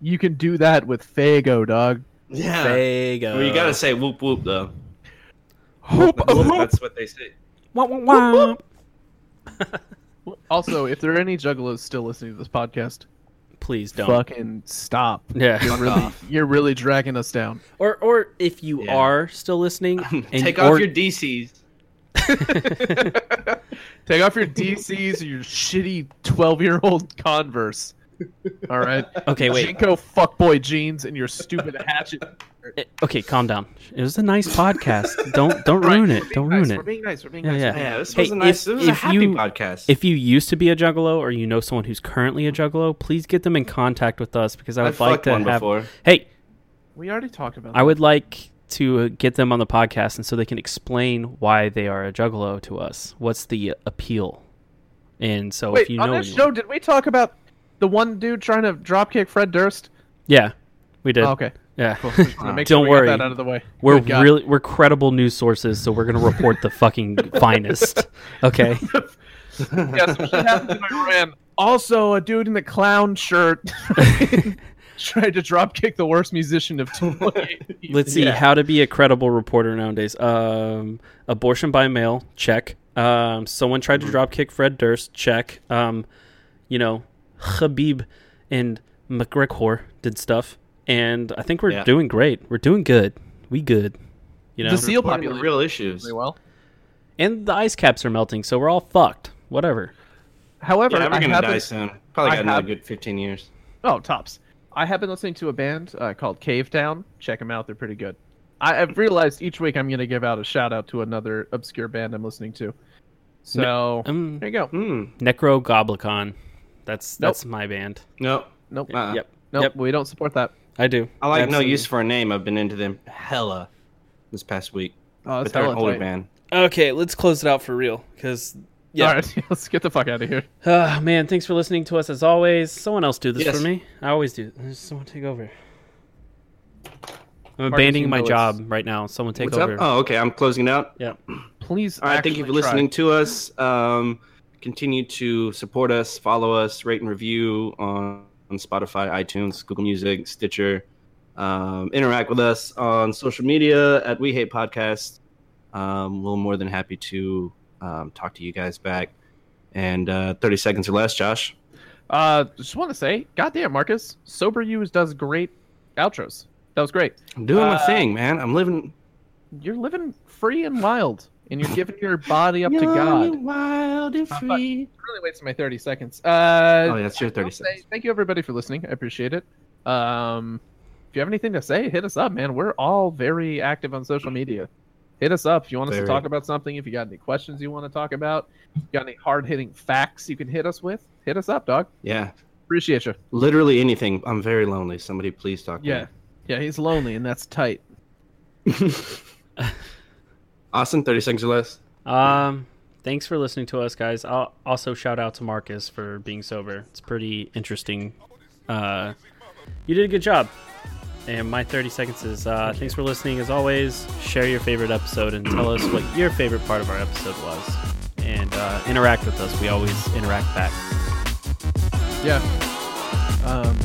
Speaker 1: You can do that with Fago, dog.
Speaker 2: Yeah.
Speaker 5: Fago.
Speaker 2: Well, you gotta say whoop whoop though.
Speaker 1: Hoop,
Speaker 2: That's,
Speaker 1: hoop.
Speaker 2: that's what they say.
Speaker 5: Wah, wah, wah.
Speaker 1: Also, if there are any Juggalos still listening to this podcast,
Speaker 5: Please don't.
Speaker 1: fucking stop.
Speaker 5: Yeah.
Speaker 1: You're really, you're really dragging us down.
Speaker 5: Or or if you
Speaker 2: Yeah.
Speaker 5: are still listening, and
Speaker 2: Take
Speaker 5: or-
Speaker 2: off your DCs.
Speaker 1: Take off your DCs or your shitty 12 year old Converse. All right.
Speaker 5: Okay, wait.
Speaker 1: Jinko fuckboy jeans and your stupid hatchet.
Speaker 5: Eh, Okay, calm down. It was a nice podcast. don't don't ruin it. Don't ruin
Speaker 1: We're
Speaker 5: it.
Speaker 1: being nice. We're being
Speaker 5: Yeah,
Speaker 1: nice.
Speaker 5: yeah.
Speaker 2: Yeah, this
Speaker 5: Hey,
Speaker 2: was a nice.
Speaker 5: if-
Speaker 2: this was a
Speaker 5: if
Speaker 2: happy
Speaker 5: you-
Speaker 2: podcast.
Speaker 5: If you used to be a juggalo or you know someone who's currently a juggalo, please get them in contact with us because I
Speaker 2: I
Speaker 5: would like
Speaker 2: fucked
Speaker 5: to
Speaker 2: one
Speaker 5: have.
Speaker 2: before.
Speaker 5: Hey,
Speaker 1: We already talked about
Speaker 5: I would like to uh, get them on the podcast and so they can explain why they are a juggalo to us. What's the uh, appeal? And so
Speaker 1: Wait,
Speaker 5: if you
Speaker 1: on
Speaker 5: know
Speaker 1: this
Speaker 5: anyone-
Speaker 1: show, did we talk about the one dude trying to dropkick Fred Durst?
Speaker 5: Yeah. We did.
Speaker 1: Oh, okay.
Speaker 5: Yeah.
Speaker 1: Just wanna make sure
Speaker 5: Don't
Speaker 1: we got
Speaker 5: worry.
Speaker 1: that out of the way.
Speaker 5: We're
Speaker 1: Good God.
Speaker 5: really we're credible news sources, so we're gonna report the fucking finest. Okay.
Speaker 1: Yes, what happened in Iran? Also, a dude in a clown shirt tried to dropkick the worst musician of 2018.
Speaker 5: Let's see how to be a credible reporter nowadays. Um, abortion by mail, check. Um, someone tried to dropkick Fred Durst, check. Um, you know, Habib and McGregor did stuff, and I think we're
Speaker 2: Yeah.
Speaker 5: doing great. We're doing good. We good. You know,
Speaker 1: The seal
Speaker 2: One of the
Speaker 1: population
Speaker 2: real issues.
Speaker 1: really well.
Speaker 5: and the ice caps are melting, so we're all fucked. Whatever.
Speaker 1: However,
Speaker 2: Yeah,
Speaker 1: I
Speaker 2: we're gonna
Speaker 1: happen-
Speaker 2: die soon. Probably
Speaker 1: I
Speaker 2: got another
Speaker 1: have-
Speaker 2: good 15 years.
Speaker 1: Oh, tops. I have been listening to a band uh, called Cave Town. Check them out; they're pretty good. I, I've realized each week I'm going to give out a shout out to another obscure band I'm listening to. So
Speaker 5: Um,
Speaker 1: there you go.
Speaker 2: Hmm.
Speaker 5: Necro Goblicon. That's
Speaker 1: Nope.
Speaker 5: that's my band.
Speaker 2: No.
Speaker 1: Nope,
Speaker 2: Uh-uh.
Speaker 5: Yep.
Speaker 1: nope,
Speaker 5: Yep.
Speaker 1: we don't support that.
Speaker 5: I do.
Speaker 2: I like
Speaker 5: Absolutely.
Speaker 2: no use for a name. I've been into them hella this past week.
Speaker 1: Oh, that's
Speaker 2: but they're
Speaker 1: hella
Speaker 2: an older
Speaker 1: tight.
Speaker 2: band.
Speaker 5: Okay, let's close it out for real, because yeah,
Speaker 1: All right, let's get the fuck out of here.
Speaker 5: Ah, man, thanks for listening to us as always. Someone else do this
Speaker 2: Yes.
Speaker 5: for me. I always do. There's someone take over. I'm
Speaker 1: Marcus,
Speaker 5: abandoning
Speaker 1: you
Speaker 5: my
Speaker 1: know
Speaker 5: job right now. Someone take
Speaker 1: What's up?
Speaker 5: over.
Speaker 2: Oh, okay. I'm closing it out.
Speaker 5: Yeah.
Speaker 1: Please.
Speaker 2: All right. Thank you for
Speaker 1: actually try.
Speaker 2: listening to us. Um, continue to support us, follow us, rate and review on, on Spotify, iTunes, Google Music, Stitcher. Um, interact with us on social media at We Hate Podcast. Um, we're more than happy to um, talk to you guys back. And uh, 30 seconds or less, Josh.
Speaker 1: Uh, just want to say, goddamn, Marcus, Sober Use does great outros. That was great.
Speaker 2: I'm doing my
Speaker 1: Uh,
Speaker 2: thing, man. I'm living
Speaker 1: You're living free and wild, and you're giving your body up to God. Uh,
Speaker 2: Young and wild and
Speaker 1: fuck.
Speaker 2: free.
Speaker 1: really wasting my 30 seconds. Uh,
Speaker 2: Oh, yeah, it's your
Speaker 1: I'll
Speaker 2: 30
Speaker 1: say
Speaker 2: seconds.
Speaker 1: Thank you, everybody, for listening. I appreciate it. Um, if you have anything to say, hit us up, man. We're all very active on social media. Hit us up if you want us
Speaker 2: Very.
Speaker 1: to talk about something. If you got any questions you want to talk about, you got any hard hitting facts you can hit us with, hit us up, dog.
Speaker 2: Yeah,
Speaker 1: Appreciate you.
Speaker 2: literally anything. I'm very lonely. Somebody please talk to
Speaker 1: Yeah. Yeah, he's lonely, and that's tight.
Speaker 2: me. Austin, 30 seconds or less.
Speaker 1: Oh.
Speaker 5: Um, thanks for listening to us, guys. I'll also shout out to Marcus for being sober. It's pretty interesting. Uh, you did a good job. And my 30 seconds is uh, thanks for listening as always. Share your favorite episode and tell us what your favorite part of our episode was. And uh, interact with us. We always interact back.
Speaker 1: Yeah. Um,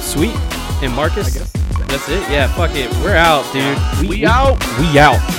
Speaker 5: Sweet. And Marcus,
Speaker 1: I guess-
Speaker 5: that's it. Yeah, fuck it. We're out, dude.
Speaker 1: we out.
Speaker 5: We out.
Speaker 3: oh, Oh,